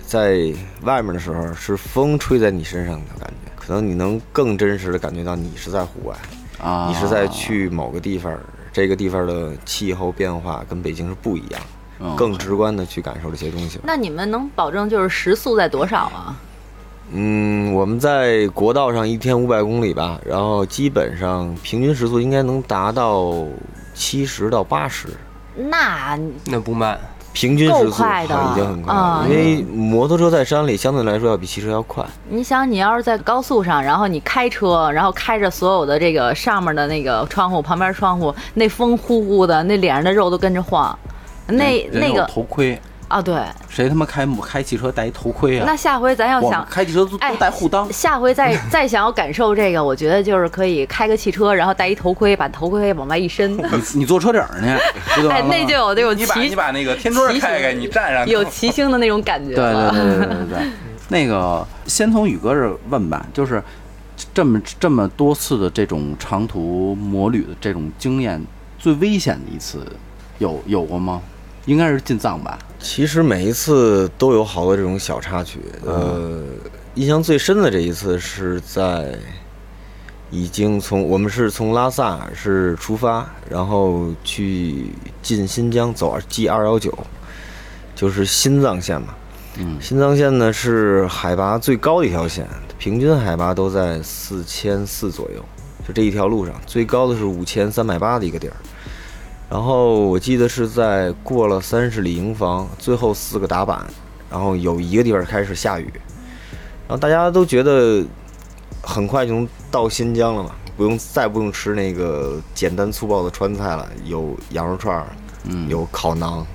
Speaker 6: 在外面的时候，是风吹在你身上的感觉，可能你能更真实的感觉到你是在户外，
Speaker 1: 啊，
Speaker 6: 你是在去某个地方，这个地方的气候变化跟北京是不一样，
Speaker 1: 嗯
Speaker 6: 更直观的去感受这些东西了。
Speaker 2: 那你们能保证就是时速在多少啊？
Speaker 6: 嗯，我们在国道上一天五百公里吧，然后基本上平均时速应该能达到七十到八十，
Speaker 2: 那
Speaker 5: 那不慢，
Speaker 6: 平均时
Speaker 2: 够
Speaker 6: 速
Speaker 2: 快的
Speaker 6: 已经很快了，
Speaker 2: 啊
Speaker 6: 因为摩托车在山里相对来说要比汽车要快。
Speaker 2: 你想，你要是在高速上，然后你开车，然后开着所有的这个上面的那个窗户、旁边窗户，那风呼呼的，那脸上的肉都跟着晃，那
Speaker 1: 人
Speaker 2: 那
Speaker 1: 有
Speaker 2: 个
Speaker 1: 头盔，
Speaker 2: 啊，对，
Speaker 1: 谁他妈开摩开汽车戴一头盔啊？
Speaker 2: 那下回咱要
Speaker 1: 我
Speaker 2: 想
Speaker 1: 们开汽车都
Speaker 2: 哎
Speaker 1: 都带护裆，
Speaker 2: 下回再再想要感受这个，我觉得就是可以开个汽车，然后戴一头盔，把头盔往外一伸，
Speaker 1: 你你坐车顶儿 呢？不就完
Speaker 2: 哎，
Speaker 1: 了吗
Speaker 2: 那就有那种
Speaker 3: 你把你
Speaker 2: 骑
Speaker 3: 把那个天窗
Speaker 2: 骑
Speaker 3: 开开，
Speaker 2: 行
Speaker 3: 你站上
Speaker 2: 有骑行的那种感觉
Speaker 1: 对对
Speaker 2: 了。
Speaker 1: 对对对对。 那个，先从宇哥这儿问吧，就是这么这么多次的这种长途摩旅的这种经验，最危险的一次有有过吗？应该是进藏吧？
Speaker 6: 其实每一次都有好多这种小插曲，呃，印象最深的这一次是在已经从我们是从拉萨是出发，然后去进新疆走 G 二幺九，就是新藏线嘛。
Speaker 1: 嗯
Speaker 6: 新藏线呢是海拔最高的一条线，平均海拔都在四千四左右，就这一条路上最高的是五千三百八的一个地儿。然后我记得是在过了三十里营房最后四个打板，然后有一个地方开始下雨，然后大家都觉得很快就能到新疆了嘛，不用再不用吃那个简单粗暴的川菜了，有羊肉串儿，
Speaker 1: 嗯
Speaker 6: 有烤馕，有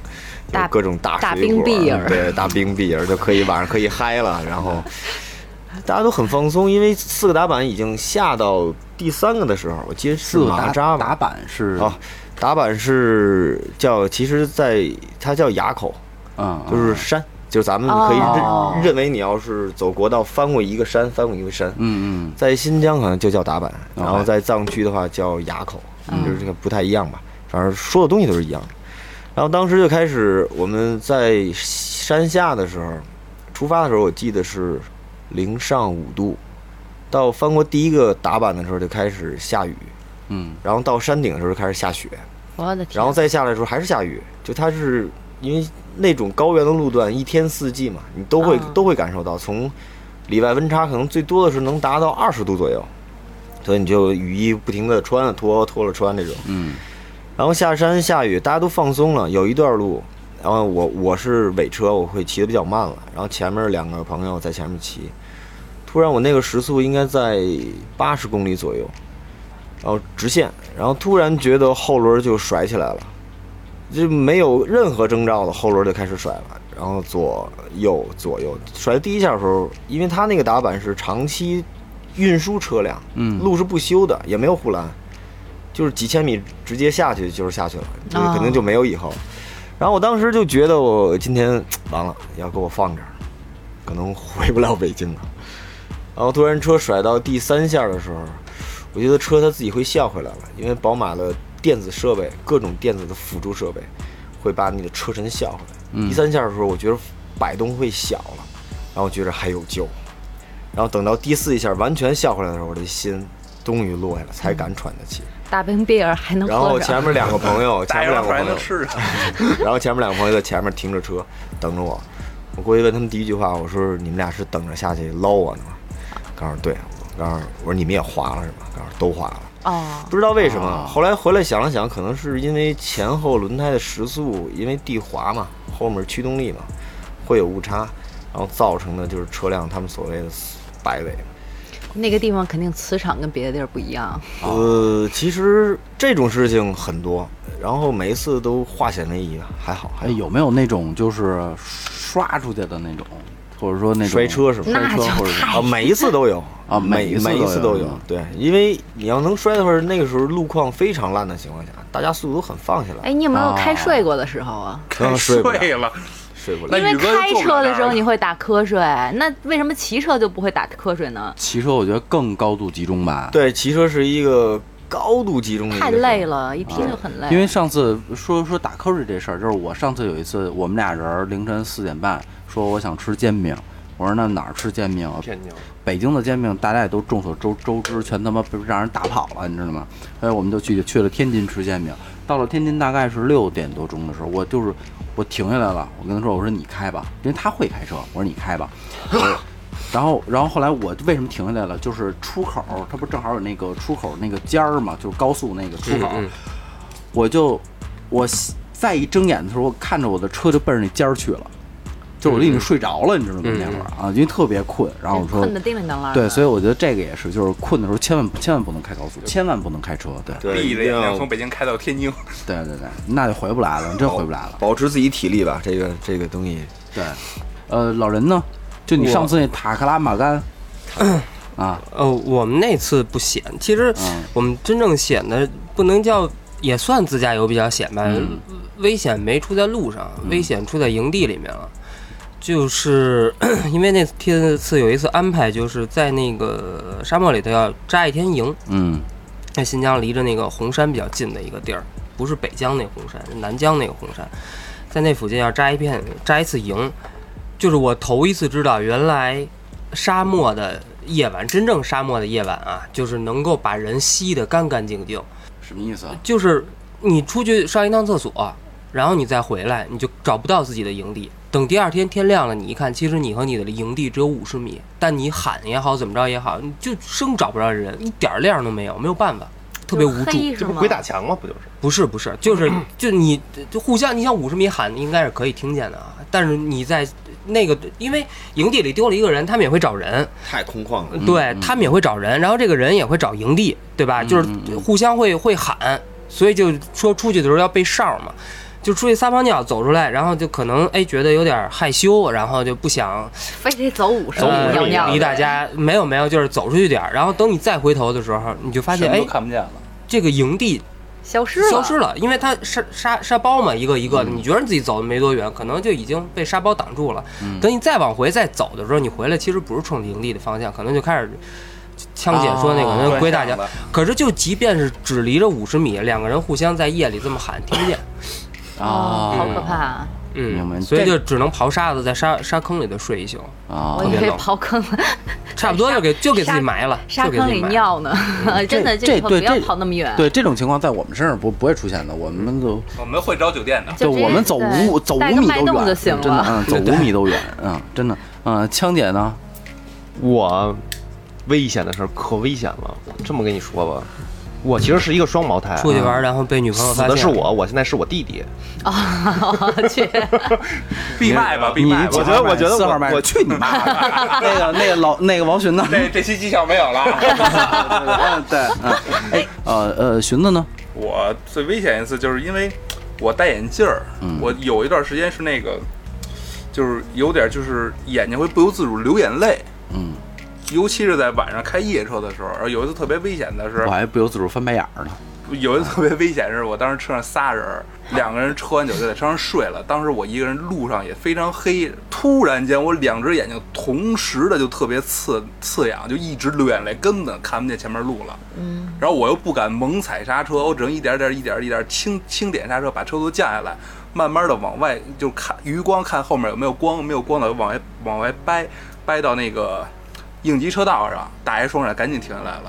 Speaker 2: 大
Speaker 6: 各种大
Speaker 2: 大
Speaker 6: 水
Speaker 2: 冰
Speaker 6: 果
Speaker 2: 碧儿
Speaker 6: 对，大冰碧儿就可以晚上可以嗨了，然后。大家都很放松，因为四个打板已经下到第三个的时候，我记得是
Speaker 1: 四个
Speaker 6: 马
Speaker 1: 打
Speaker 6: 扎吧
Speaker 1: 打板是
Speaker 6: 啊，打板是叫，其实在它叫垭口，
Speaker 1: 嗯，
Speaker 6: 就是山，就是咱们可以认、
Speaker 2: 哦
Speaker 6: 认为你要是走国道翻过一个山，翻过一个山，
Speaker 1: 嗯嗯
Speaker 6: 在新疆好像就叫打板，
Speaker 1: OK
Speaker 6: 然后在藏区的话叫垭口，就是这个不太一样吧，反正说的东西都是一样的。然后当时就开始我们在山下的时候，出发的时候我记得是零上五度，到翻过第一个打板的时候就开始下雨，
Speaker 1: 嗯，
Speaker 6: 然后到山顶的时候就开始下雪，
Speaker 2: 我的天！
Speaker 6: 然后再下来的时候还是下雨，就它是因为那种高原的路段一天四季嘛，你都会、
Speaker 2: 嗯
Speaker 6: 都会感受到，从里外温差可能最多的是能达到二十度左右，所以你就雨衣不停的穿脱脱了穿这种，
Speaker 1: 嗯
Speaker 6: 然后下山下雨，大家都放松了，有一段路。然后我我是尾车，我会骑得比较慢了。然后前面两个朋友在前面骑，突然我那个时速应该在八十公里左右，然后直线，然后突然觉得后轮就甩起来了，就没有任何征兆的后轮就开始甩了，然后左右左右甩第一下的时候，因为它那个打板是长期运输车辆，
Speaker 1: 嗯
Speaker 6: 路是不修的，也没有护栏，就是几千米直接下去就是下去了，就肯定就没有以后。然后我当时就觉得我今天完了，要给我放这儿，可能回不了北京了。然后突然车甩到第三下的时候，我觉得车它自己会笑回来了，因为宝马的电子设备，各种电子的辅助设备，会把你的车身笑回来。
Speaker 1: 嗯
Speaker 6: 第三下的时候，我觉得摆动会小了，然后觉得还有救。然后等到第四一下完全笑回来的时候，我这心终于落下来，才敢喘的气。
Speaker 2: 大冰冰儿还嗯能
Speaker 6: 然
Speaker 2: 喝
Speaker 6: 后
Speaker 2: 着。
Speaker 6: 前面两个朋友，前
Speaker 3: 大
Speaker 6: 面
Speaker 3: 羊肉
Speaker 6: 两个
Speaker 3: 还
Speaker 6: 朋
Speaker 3: 能
Speaker 6: 友，
Speaker 3: 吃 着，
Speaker 6: 然后前面两个朋友在前面停着车等着我，我过去问他们第一句话，我说你们俩是等着下去捞我呢吗？告诉对，我告诉我说你们也滑了是吧？告诉都滑了，
Speaker 2: 哦，
Speaker 6: 不知道为什么。后来回来想了想，可能是因为前后轮胎的时速，因为地滑嘛，后面驱动力嘛，会有误差，然后造成的就是车辆他们所谓的摆尾。
Speaker 2: 那个地方肯定磁场跟别的地儿不一样。
Speaker 6: 呃，其实这种事情很多，然后每一次都化险为夷吧，还好，还
Speaker 1: 哎，
Speaker 6: 好
Speaker 1: 有没有那种就是刷出去的那种，或者说那种
Speaker 6: 摔车是吧？
Speaker 2: 那就
Speaker 1: 摔车或者是
Speaker 6: 啊，每一次 都有
Speaker 1: 啊每
Speaker 6: 每
Speaker 1: 一次
Speaker 6: 每
Speaker 1: 都有
Speaker 6: 次都
Speaker 1: 是
Speaker 6: 有
Speaker 1: 吗。
Speaker 6: 对，因为你要能摔的话，那个时候路况非常烂的情况下，大家速度都很放下来
Speaker 2: 哎，，你有没有
Speaker 1: 哦
Speaker 2: 开睡过的时候啊？
Speaker 6: 然后睡不了，
Speaker 3: 睡了。
Speaker 6: 睡不了。
Speaker 3: 那
Speaker 2: 因为
Speaker 3: 宇哥就
Speaker 2: 开
Speaker 3: 坐不
Speaker 2: 车
Speaker 3: 了
Speaker 2: 的时候
Speaker 3: 那儿
Speaker 2: 你会打瞌睡，那为什么骑车就不会打瞌睡呢？
Speaker 1: 骑车，我觉得更高度集中吧。
Speaker 6: 对，骑车是一个高度集中的，
Speaker 2: 太累。了，一听就很累。
Speaker 1: 因为上次说说打瞌睡这事儿，就是我上次有一次，我们俩人儿凌晨四点半说我想吃煎饼，我说那哪儿吃煎饼啊？
Speaker 4: 天津
Speaker 1: 北京的煎饼大家也都众所周周知，全他妈被让人打跑了，你知道吗？所以我们就去去了天津吃煎饼。到了天津大概是六点多钟的时候，我就是我停下来了，我跟他说我说你开吧，因为他会开车，我说你开 吧。我然后，然后后来我为什么停下来了？就是出口，它不正好有那个出口那个尖儿嘛，就是高速那个出口。
Speaker 5: 嗯
Speaker 1: 我就我再一睁眼的时候，我看着我的车就奔着那尖儿去了，就我已经睡着了，你知道吗？
Speaker 5: 嗯
Speaker 1: 那会儿啊，因为特别困，然后我说
Speaker 2: 困得叮铃当啷的。
Speaker 1: 对，所以我觉得这个也是，就是困的时候千万千万不能开高速，千万不能开车。对
Speaker 6: 对，
Speaker 3: 闭
Speaker 6: 一
Speaker 3: 着
Speaker 6: 定
Speaker 3: 眼睛
Speaker 6: 要
Speaker 3: 从北京开到天津，
Speaker 1: 对对对，那就回不来了，你真回不来了。
Speaker 6: 保持自己体力吧，这个这个东西。
Speaker 1: 对，呃，老人呢？就你上次那塔克拉玛干，啊，
Speaker 5: 呃，我们那次不显，其实
Speaker 1: 嗯
Speaker 5: 我们真正显的不能叫，也算自驾游比较显吧。
Speaker 1: 嗯
Speaker 5: 危险没出在路上，
Speaker 6: 嗯
Speaker 5: 危险出在营地里面了。就是 因为那天次有一次安排，就是在那个沙漠里头要扎一天营。
Speaker 1: 嗯
Speaker 5: 在新疆离着那个红山比较近的一个地儿，不是北疆那个红山，是南疆那个红山，在那附近要扎一片扎一次营，就是我头一次知道，原来沙漠的夜晚，真正沙漠的夜晚啊，就是能够把人吸得干干净净，
Speaker 1: 什么意思啊？
Speaker 5: 就是你出去上一趟厕所，然后你再回来，你就找不到自己的营地。等第二天天亮了，你一看，其实你和你的营地只有五十米，但你喊也好，怎么着也好，你就生找不着人，一点儿亮都没有，没有办法，特别无助。
Speaker 2: 黑是
Speaker 4: 这不
Speaker 2: 吗
Speaker 4: 鬼？打墙吗？不就是？
Speaker 5: 不是不是，就是就你就互相，你像五十米喊应该是可以听见的啊，但是你在那个，因为营地里丢了一个人，他们也会找人，
Speaker 6: 太空旷
Speaker 3: 嗯
Speaker 6: 了，
Speaker 5: 对他们也会找人，然后这个人也会找营地，对吧？
Speaker 3: 嗯
Speaker 5: 就是互相会会喊，所以就说出去的时候要背哨嘛，就出去撒泡尿走出来，然后就可能哎觉得有点害羞，然后就不想
Speaker 2: 非得走五十
Speaker 5: 走
Speaker 2: 步
Speaker 5: 五十
Speaker 2: 尿
Speaker 5: 米
Speaker 2: 尿的
Speaker 5: 离大家没有没有，就是走出去点儿，然后等你再回头的时候，你就发现
Speaker 3: 什么
Speaker 5: 哎
Speaker 3: 都看不见了。
Speaker 5: 这个营地
Speaker 2: 消失了，嗯
Speaker 5: 消失了，因为它沙沙沙包嘛，一个一个的，你觉得自己走的没多远，可能就已经被沙包挡住了。
Speaker 2: 嗯
Speaker 5: 等你再往回再走的时候，你回来其实不是冲着营地的方向，可能就开始枪姐说那
Speaker 1: 哦
Speaker 5: 个，那归大家
Speaker 3: 乱想了。
Speaker 5: 可是就即便是只离着五十米，两个人互相在夜里这么喊，听不见。
Speaker 2: 哦，好
Speaker 1: 嗯
Speaker 2: 可怕啊！
Speaker 1: 明白
Speaker 5: 嗯，所以
Speaker 1: 这
Speaker 5: 就只能刨沙子，在沙沙坑里头睡一宿，
Speaker 1: 啊
Speaker 2: 我，以
Speaker 5: 特别
Speaker 2: 为
Speaker 5: 冷
Speaker 2: 刨坑了，
Speaker 5: 差不多就给就给自己埋了，
Speaker 2: 沙
Speaker 5: 就给自
Speaker 2: 坑
Speaker 5: 己
Speaker 2: 里
Speaker 5: 埋了。
Speaker 2: 尿呢， 真的，
Speaker 1: 嗯这
Speaker 2: 以后不
Speaker 1: 对
Speaker 2: 要
Speaker 1: 这
Speaker 2: 跑那么远。
Speaker 1: 对这种情况在我们身上不不会出现的，我们都
Speaker 3: 我们会找酒店的，
Speaker 1: 就
Speaker 2: 就直接
Speaker 1: 我们走五
Speaker 2: 对
Speaker 1: 走五
Speaker 2: 带个
Speaker 1: 米
Speaker 2: 脉
Speaker 1: 都
Speaker 2: 动
Speaker 1: 远，
Speaker 2: 就行
Speaker 1: 真的，
Speaker 2: 了。
Speaker 1: 嗯，走五米都远，嗯，真的，嗯，枪姐呢？
Speaker 4: 我危险的事儿可危险了，我这么跟你说吧，我其实是一个双胞胎，
Speaker 5: 出去玩，然后被女朋友
Speaker 4: 死
Speaker 5: 发
Speaker 4: 的
Speaker 5: 现
Speaker 4: 是我，我现在是我弟弟。
Speaker 2: 我 去，
Speaker 3: 闭麦吧，闭
Speaker 1: 你
Speaker 3: 麦吧。
Speaker 4: 我觉得我觉得
Speaker 1: 四号
Speaker 4: 我
Speaker 1: 麦
Speaker 4: 我
Speaker 1: 去你妈！ 那个那个老那个王寻呢？
Speaker 3: 这这期技巧没有了。
Speaker 1: 嗯对，嗯哎呃呃寻子呢？
Speaker 3: 我最危险一次就是因为我戴眼镜儿，
Speaker 6: 嗯
Speaker 3: 我有一段时间是那个，就是有点就是眼睛会不由自主流眼泪，
Speaker 1: 嗯，
Speaker 3: 尤其是在晚上开夜车的时候。然后有一次特别危险的是
Speaker 1: 我，还不由自主翻白眼儿呢。
Speaker 3: 有一次特别危险是，我当时车上仨人儿，两个人喝完酒就在车上睡了。当时我一个人路上也非常黑，突然间我两只眼睛同时的就特别刺刺痒，就一直流眼泪，根本看不见前面路了。嗯，然后我又不敢猛踩刹车，我只能一点点、一点一点轻轻点刹车，把车速降下来，慢慢的往外就看余光看后面有没有光，没有光的往外往外掰，掰到那个应急车道上，打一双闪，赶紧停下来了。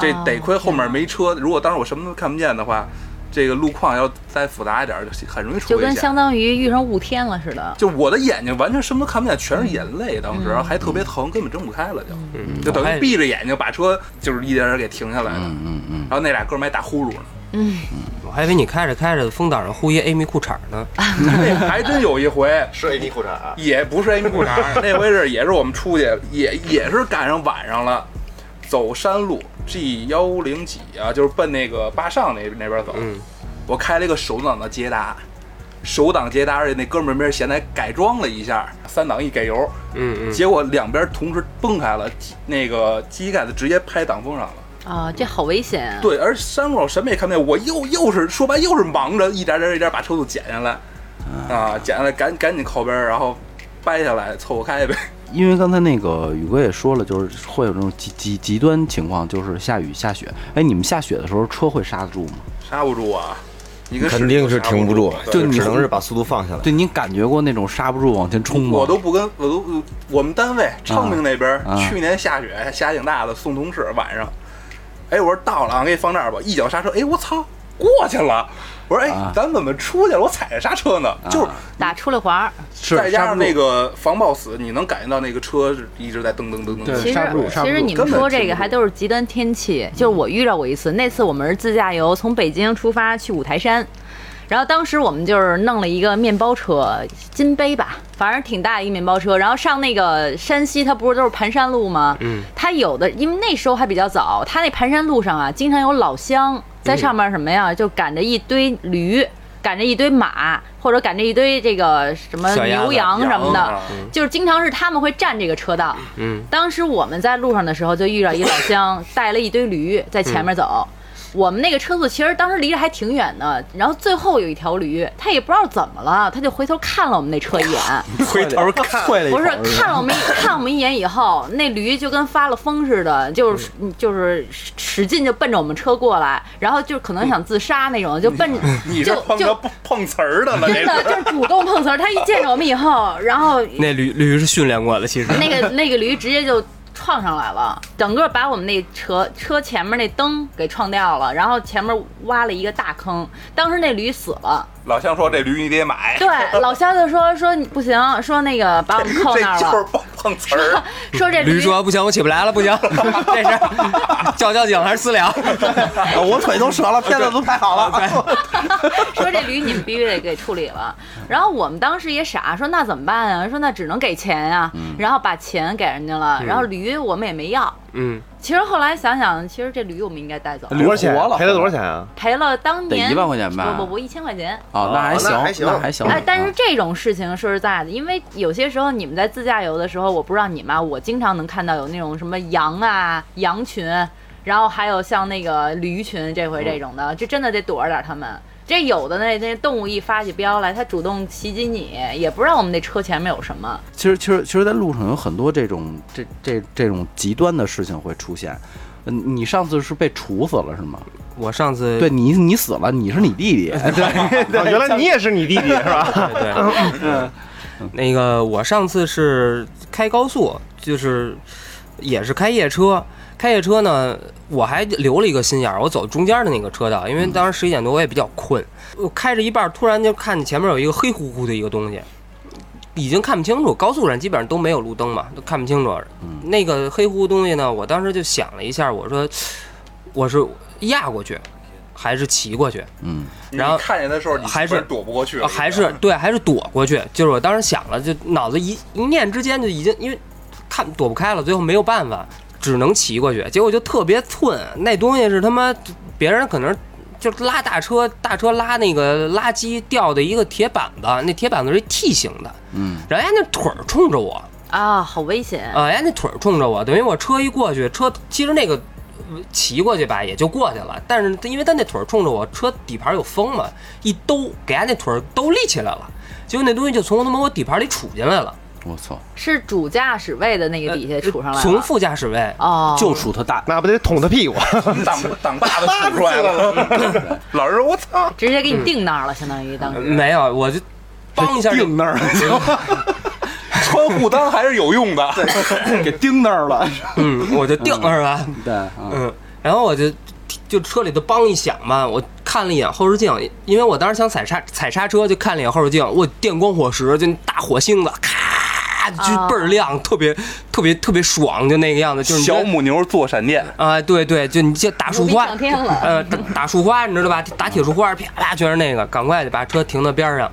Speaker 3: 这
Speaker 2: 哦
Speaker 3: 得亏后
Speaker 2: 天
Speaker 3: 面
Speaker 2: 哪
Speaker 3: 没车，如果当时我什么都看不见的话，这个路况要再复杂一点，就很容易出
Speaker 2: 就
Speaker 3: 危
Speaker 2: 跟
Speaker 3: 险
Speaker 2: 相。当于遇上雾天了似的。
Speaker 3: 就我的眼睛完全什么都看不见，全是眼泪，当时还特别疼，根本睁不开了，就
Speaker 5: 嗯
Speaker 3: 就等
Speaker 5: 我
Speaker 3: 于
Speaker 5: 还
Speaker 3: 闭着眼睛把车就是一点点给停下来了。
Speaker 1: 嗯嗯
Speaker 3: 然后那俩哥们儿还打呼噜呢，
Speaker 2: 嗯，
Speaker 5: 我还以为你开着开着风挡上呼一 Amy 裤衩呢，
Speaker 3: 那还真有一回，
Speaker 4: 是 AD 裤衩，
Speaker 3: 也不是 Amy 裤衩，那回是也是我们出去，也也是赶上晚上了，走山路 G 幺零几啊，就是奔那个坝上那那边走。
Speaker 5: 嗯，
Speaker 3: 我开了一个手挡的捷达，手挡捷达，而且那哥们儿没人闲的还改装了一下，三档一给油，
Speaker 5: 嗯 嗯，
Speaker 3: 结果两边同时崩开了，那个机盖子直接拍挡风上了。
Speaker 2: 啊，这好危险啊！
Speaker 3: 对，而山路上什么也看不见，我又又是说白又是忙着一点点一点把车速减下来，啊，减下来赶赶紧靠边儿，然后掰下来凑合开呗。
Speaker 1: 嗯，因为刚才那个宇哥也说了，就是会有那种极极极端情况，就是下雨下雪。哎，你们下雪的时候车会刹得住吗？
Speaker 3: 刹不住啊，你跟
Speaker 6: 肯定是停不住，
Speaker 3: 对
Speaker 1: 就你
Speaker 6: 只能是把速度放下来。
Speaker 1: 对你感觉过那种刹不住往前冲吗？
Speaker 3: 我都不跟我都嗯我们单位昌平那边儿、
Speaker 1: 啊
Speaker 3: 去年下雪下挺大的，送同事晚上，哎，我说到了啊，给你放这儿吧，一脚刹车，哎，我操，过去了。我说，哎
Speaker 1: 啊，
Speaker 3: 咱怎么出去了？我踩着刹车呢，就是
Speaker 2: 打出了滑儿，
Speaker 1: 是
Speaker 3: 再加
Speaker 1: 刹
Speaker 3: 上
Speaker 1: 不住
Speaker 3: 那个防抱死，你能感觉到那个车是一直在噔噔噔噔
Speaker 1: 对
Speaker 2: 其
Speaker 3: 噔。
Speaker 2: 实
Speaker 1: 刹不住刹不
Speaker 2: 其实
Speaker 1: 住
Speaker 2: 你们
Speaker 3: 根本
Speaker 2: 说这
Speaker 3: 停不
Speaker 2: 个
Speaker 3: 住
Speaker 2: 还都是极端天气，就是我遇到过一次，那次我们是自驾游，从北京出发去五台山。然后当时我们就是弄了一个面包车，金杯吧，反正挺大一个面包车。然后上那个山西，它不是都是盘山路吗？嗯，它有的因为那时候还比较早，它那盘山路上啊，经常有老乡在上面什么呀，就赶着一堆驴，赶着一堆马，或者赶着一堆这个什么
Speaker 5: 小鸭
Speaker 2: 牛
Speaker 5: 子
Speaker 2: 羊什么
Speaker 3: 羊
Speaker 2: 的
Speaker 3: 啊，
Speaker 2: 就是经常是他们会占这个车道。
Speaker 5: 嗯，
Speaker 2: 当时我们在路上的时候，就遇到一老乡带了一堆驴在前面走。我们那个车速其实当时离着还挺远的，然后最后有一条驴，他也不知道怎么了，他就回头看了我们那车一眼，
Speaker 5: 回头看，
Speaker 4: 坏了一
Speaker 2: 不
Speaker 4: 口
Speaker 2: 是
Speaker 4: 人，
Speaker 2: 看了我们一 看我们一眼以后，那驴就跟发了疯似的，就是就是使使劲就奔着我们车过来，然后就可能想自杀那种，就奔
Speaker 3: 你是
Speaker 2: 就
Speaker 3: 碰到
Speaker 2: 就
Speaker 3: 碰碰瓷儿的了，这
Speaker 2: 真的
Speaker 3: 是。
Speaker 2: 就是主动碰瓷儿。他一见着我们以后，然后
Speaker 5: 那驴驴是训练过的，其实
Speaker 2: 那个那个驴直接就撞上来了，整个把我们那车车前面那灯给撞掉了，然后前面挖了一个大坑，当时那驴死了。
Speaker 3: 老乡说这驴你得买，
Speaker 2: 对，老肖就说说你不行，说那个把我们扣
Speaker 3: 这
Speaker 2: 那儿
Speaker 3: 就是
Speaker 2: 了，
Speaker 3: 碰碰瓷儿。
Speaker 2: 说这
Speaker 5: 驴
Speaker 2: 驴
Speaker 5: 说不行，我起不来了，不行， 这是叫交警还是私了？
Speaker 4: 啊我腿都折了，片子都拍 好了。
Speaker 2: 说这驴你们必须得给处理了。
Speaker 1: 嗯
Speaker 2: 然后我们当时也傻，说那怎么办啊？说那只能给钱呀、
Speaker 1: 嗯
Speaker 2: 然后把钱给人家了，然后驴我们也没要。
Speaker 5: 嗯，
Speaker 2: 其实后来想想，其实这驴我们应该带走，
Speaker 1: 驴
Speaker 4: 多少钱
Speaker 1: 活了
Speaker 4: 啊？赔了多少钱啊？
Speaker 2: 赔了当年
Speaker 1: 得一万块钱吧
Speaker 2: 不不不，一千块钱。
Speaker 1: 哦，那还
Speaker 4: 哦那还
Speaker 1: 行，
Speaker 4: 行
Speaker 1: 那还行。
Speaker 2: 哎，但是
Speaker 1: 嗯
Speaker 2: 这种事情说实在的，因为有些时候你们在自驾游的时候，我不知道你们啊，我经常能看到有那种什么羊啊、羊群，然后还有像那个驴群，这
Speaker 1: 嗯
Speaker 2: 回这种的，这真的得躲着点儿他们。这有的那那动物一发起飙来，它主动袭击你，也不知道我们那车前面有什么。
Speaker 1: 其实其实其实，在路上有很多这种这这这种极端的事情会出现。嗯，你上次是被处死了是吗？
Speaker 5: 我上次
Speaker 1: 对你，你死了，你是你弟弟。对，
Speaker 6: 啊
Speaker 4: 哦原来你也是你 弟弟是吧？
Speaker 5: 对对，嗯，那个我上次是开高速，就是也是开夜车，开夜车呢，我还留了一个心眼儿，我走中间的那个车道，因为当时十一点多我也比较困，我开着一半儿，突然就看见前面有一个黑乎乎的一个东西。已经看不清楚，高速上基本上都没有路
Speaker 3: 嗯
Speaker 5: 灯嘛，都看不清楚。那个黑乎乎东西呢，我当时就想了一下，我说我是压过去，还是骑过去，
Speaker 1: 嗯，
Speaker 5: 然后
Speaker 3: 你看见的时候，你
Speaker 5: 还是
Speaker 3: 基本躲不过去了，
Speaker 5: 啊还是对，还是躲过去。就是我当时想了，就脑子一一念之间就已经因为看躲不开了，最后没有办法，只能骑过去。结果就特别寸，那东西是他妈别人可能。就是拉大车，大车拉那个垃圾掉的一个铁板子，那铁板子是一 T 型的，
Speaker 1: 嗯，
Speaker 5: 人家那腿儿冲着我，
Speaker 2: 啊，好危险！
Speaker 5: 啊，人家那腿儿冲着我，等于我车一过去，车其实那个呃骑过去吧也就过去了，但是因为他那腿儿冲着我，车底盘有风嘛，一兜给他那腿儿兜立起来了，结果那东西就从他妈我底盘里杵进来了，
Speaker 1: 我操，
Speaker 2: 是主驾驶位的那个
Speaker 1: 呃
Speaker 2: 底下杵上来了，
Speaker 5: 从副驾驶位。
Speaker 2: 哦，
Speaker 1: 就属他大，
Speaker 4: 那不得捅他屁股？
Speaker 3: 挡挡把子杵出来了。嗯老师，我操！
Speaker 2: 直接给
Speaker 1: 嗯
Speaker 2: 你定那儿了，相当于当 时。
Speaker 5: 没有，我就帮一下就
Speaker 4: 钉那儿了，
Speaker 3: 穿护裆还是有用的。
Speaker 1: 给钉那儿了。
Speaker 5: 嗯，我就定是吧？
Speaker 1: 对，嗯，
Speaker 5: 嗯，然后我就就车里头梆一响嘛，我看了一眼后视镜，因为我当时想踩刹踩刹车，就看了一眼后视镜，我电光火石，就那大火星子，咔，就
Speaker 2: 啊
Speaker 5: 倍儿亮，特别特别特别爽，就那个样子，就是你觉
Speaker 3: 小
Speaker 5: 得
Speaker 3: 母牛坐闪电，
Speaker 5: 啊、对对，就你这打树
Speaker 2: 牛逼
Speaker 5: 花，
Speaker 2: 上天了
Speaker 5: 呃，打打树花，你知道吧？打铁树花，啪啪全是那个，赶快就把车停到边上，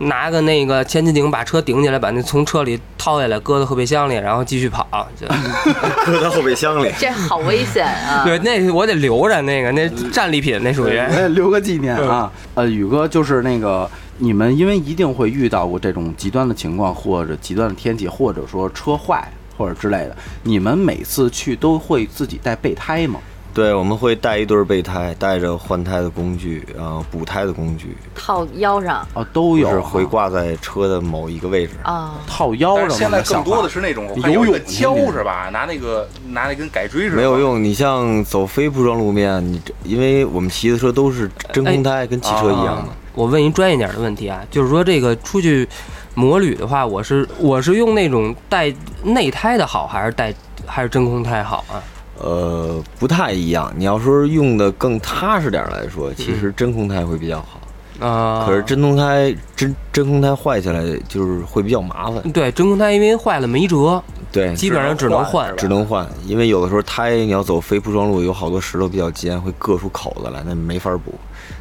Speaker 5: 拿个那个千斤顶把车顶起来，把那从车里掏下来，搁到后备箱里，然后继续跑。就
Speaker 6: 搁到后备箱里。
Speaker 2: 这好危险啊！
Speaker 5: 对，那我得留着那个，那战利品那 属于。
Speaker 1: 哎留个纪念啊。
Speaker 6: 嗯
Speaker 1: 呃，宇哥就是那个，你们因为一定会遇到过这种极端的情况，或者极端的天气，或者说车坏或者之类的，你们每次去都会自己带备胎吗？
Speaker 6: 对，我们会带一对儿备胎，带着换胎的工具，然后补胎的工具，
Speaker 2: 套腰上
Speaker 1: 哦，都
Speaker 6: 就
Speaker 1: 有
Speaker 6: 是
Speaker 1: 啊，
Speaker 6: 回挂在车的某一个位置。
Speaker 2: 啊，
Speaker 1: 套腰
Speaker 3: 但
Speaker 1: 上。
Speaker 3: 是现在更多的是那种还有
Speaker 1: 游
Speaker 3: 一个
Speaker 1: 泳
Speaker 3: 胶
Speaker 1: 那种
Speaker 3: 是吧？拿那个拿那根改锥似的，
Speaker 6: 没有。用，你像走非铺装路面，你这因为我们骑的车都是真
Speaker 5: 哎
Speaker 6: 空胎，跟汽车一样的。
Speaker 5: 啊我问一专业点的问题啊，就是说这个出去摩旅的话，我是我是用那种带内胎的好，还是带还是真空胎好啊？
Speaker 6: 呃，不太一样。你要说用的更踏实点儿来说，其实真空胎会比较好。
Speaker 5: 啊、
Speaker 6: 可是真空胎真真空胎坏起来就是会比较麻烦，
Speaker 5: 对真空胎，因为坏了没辙，
Speaker 6: 对，
Speaker 5: 嗯基本上只能换。
Speaker 6: 只能换，因为有的时候胎你要走非铺装路，有好多石头比较尖，会硌出口子来，那没法补，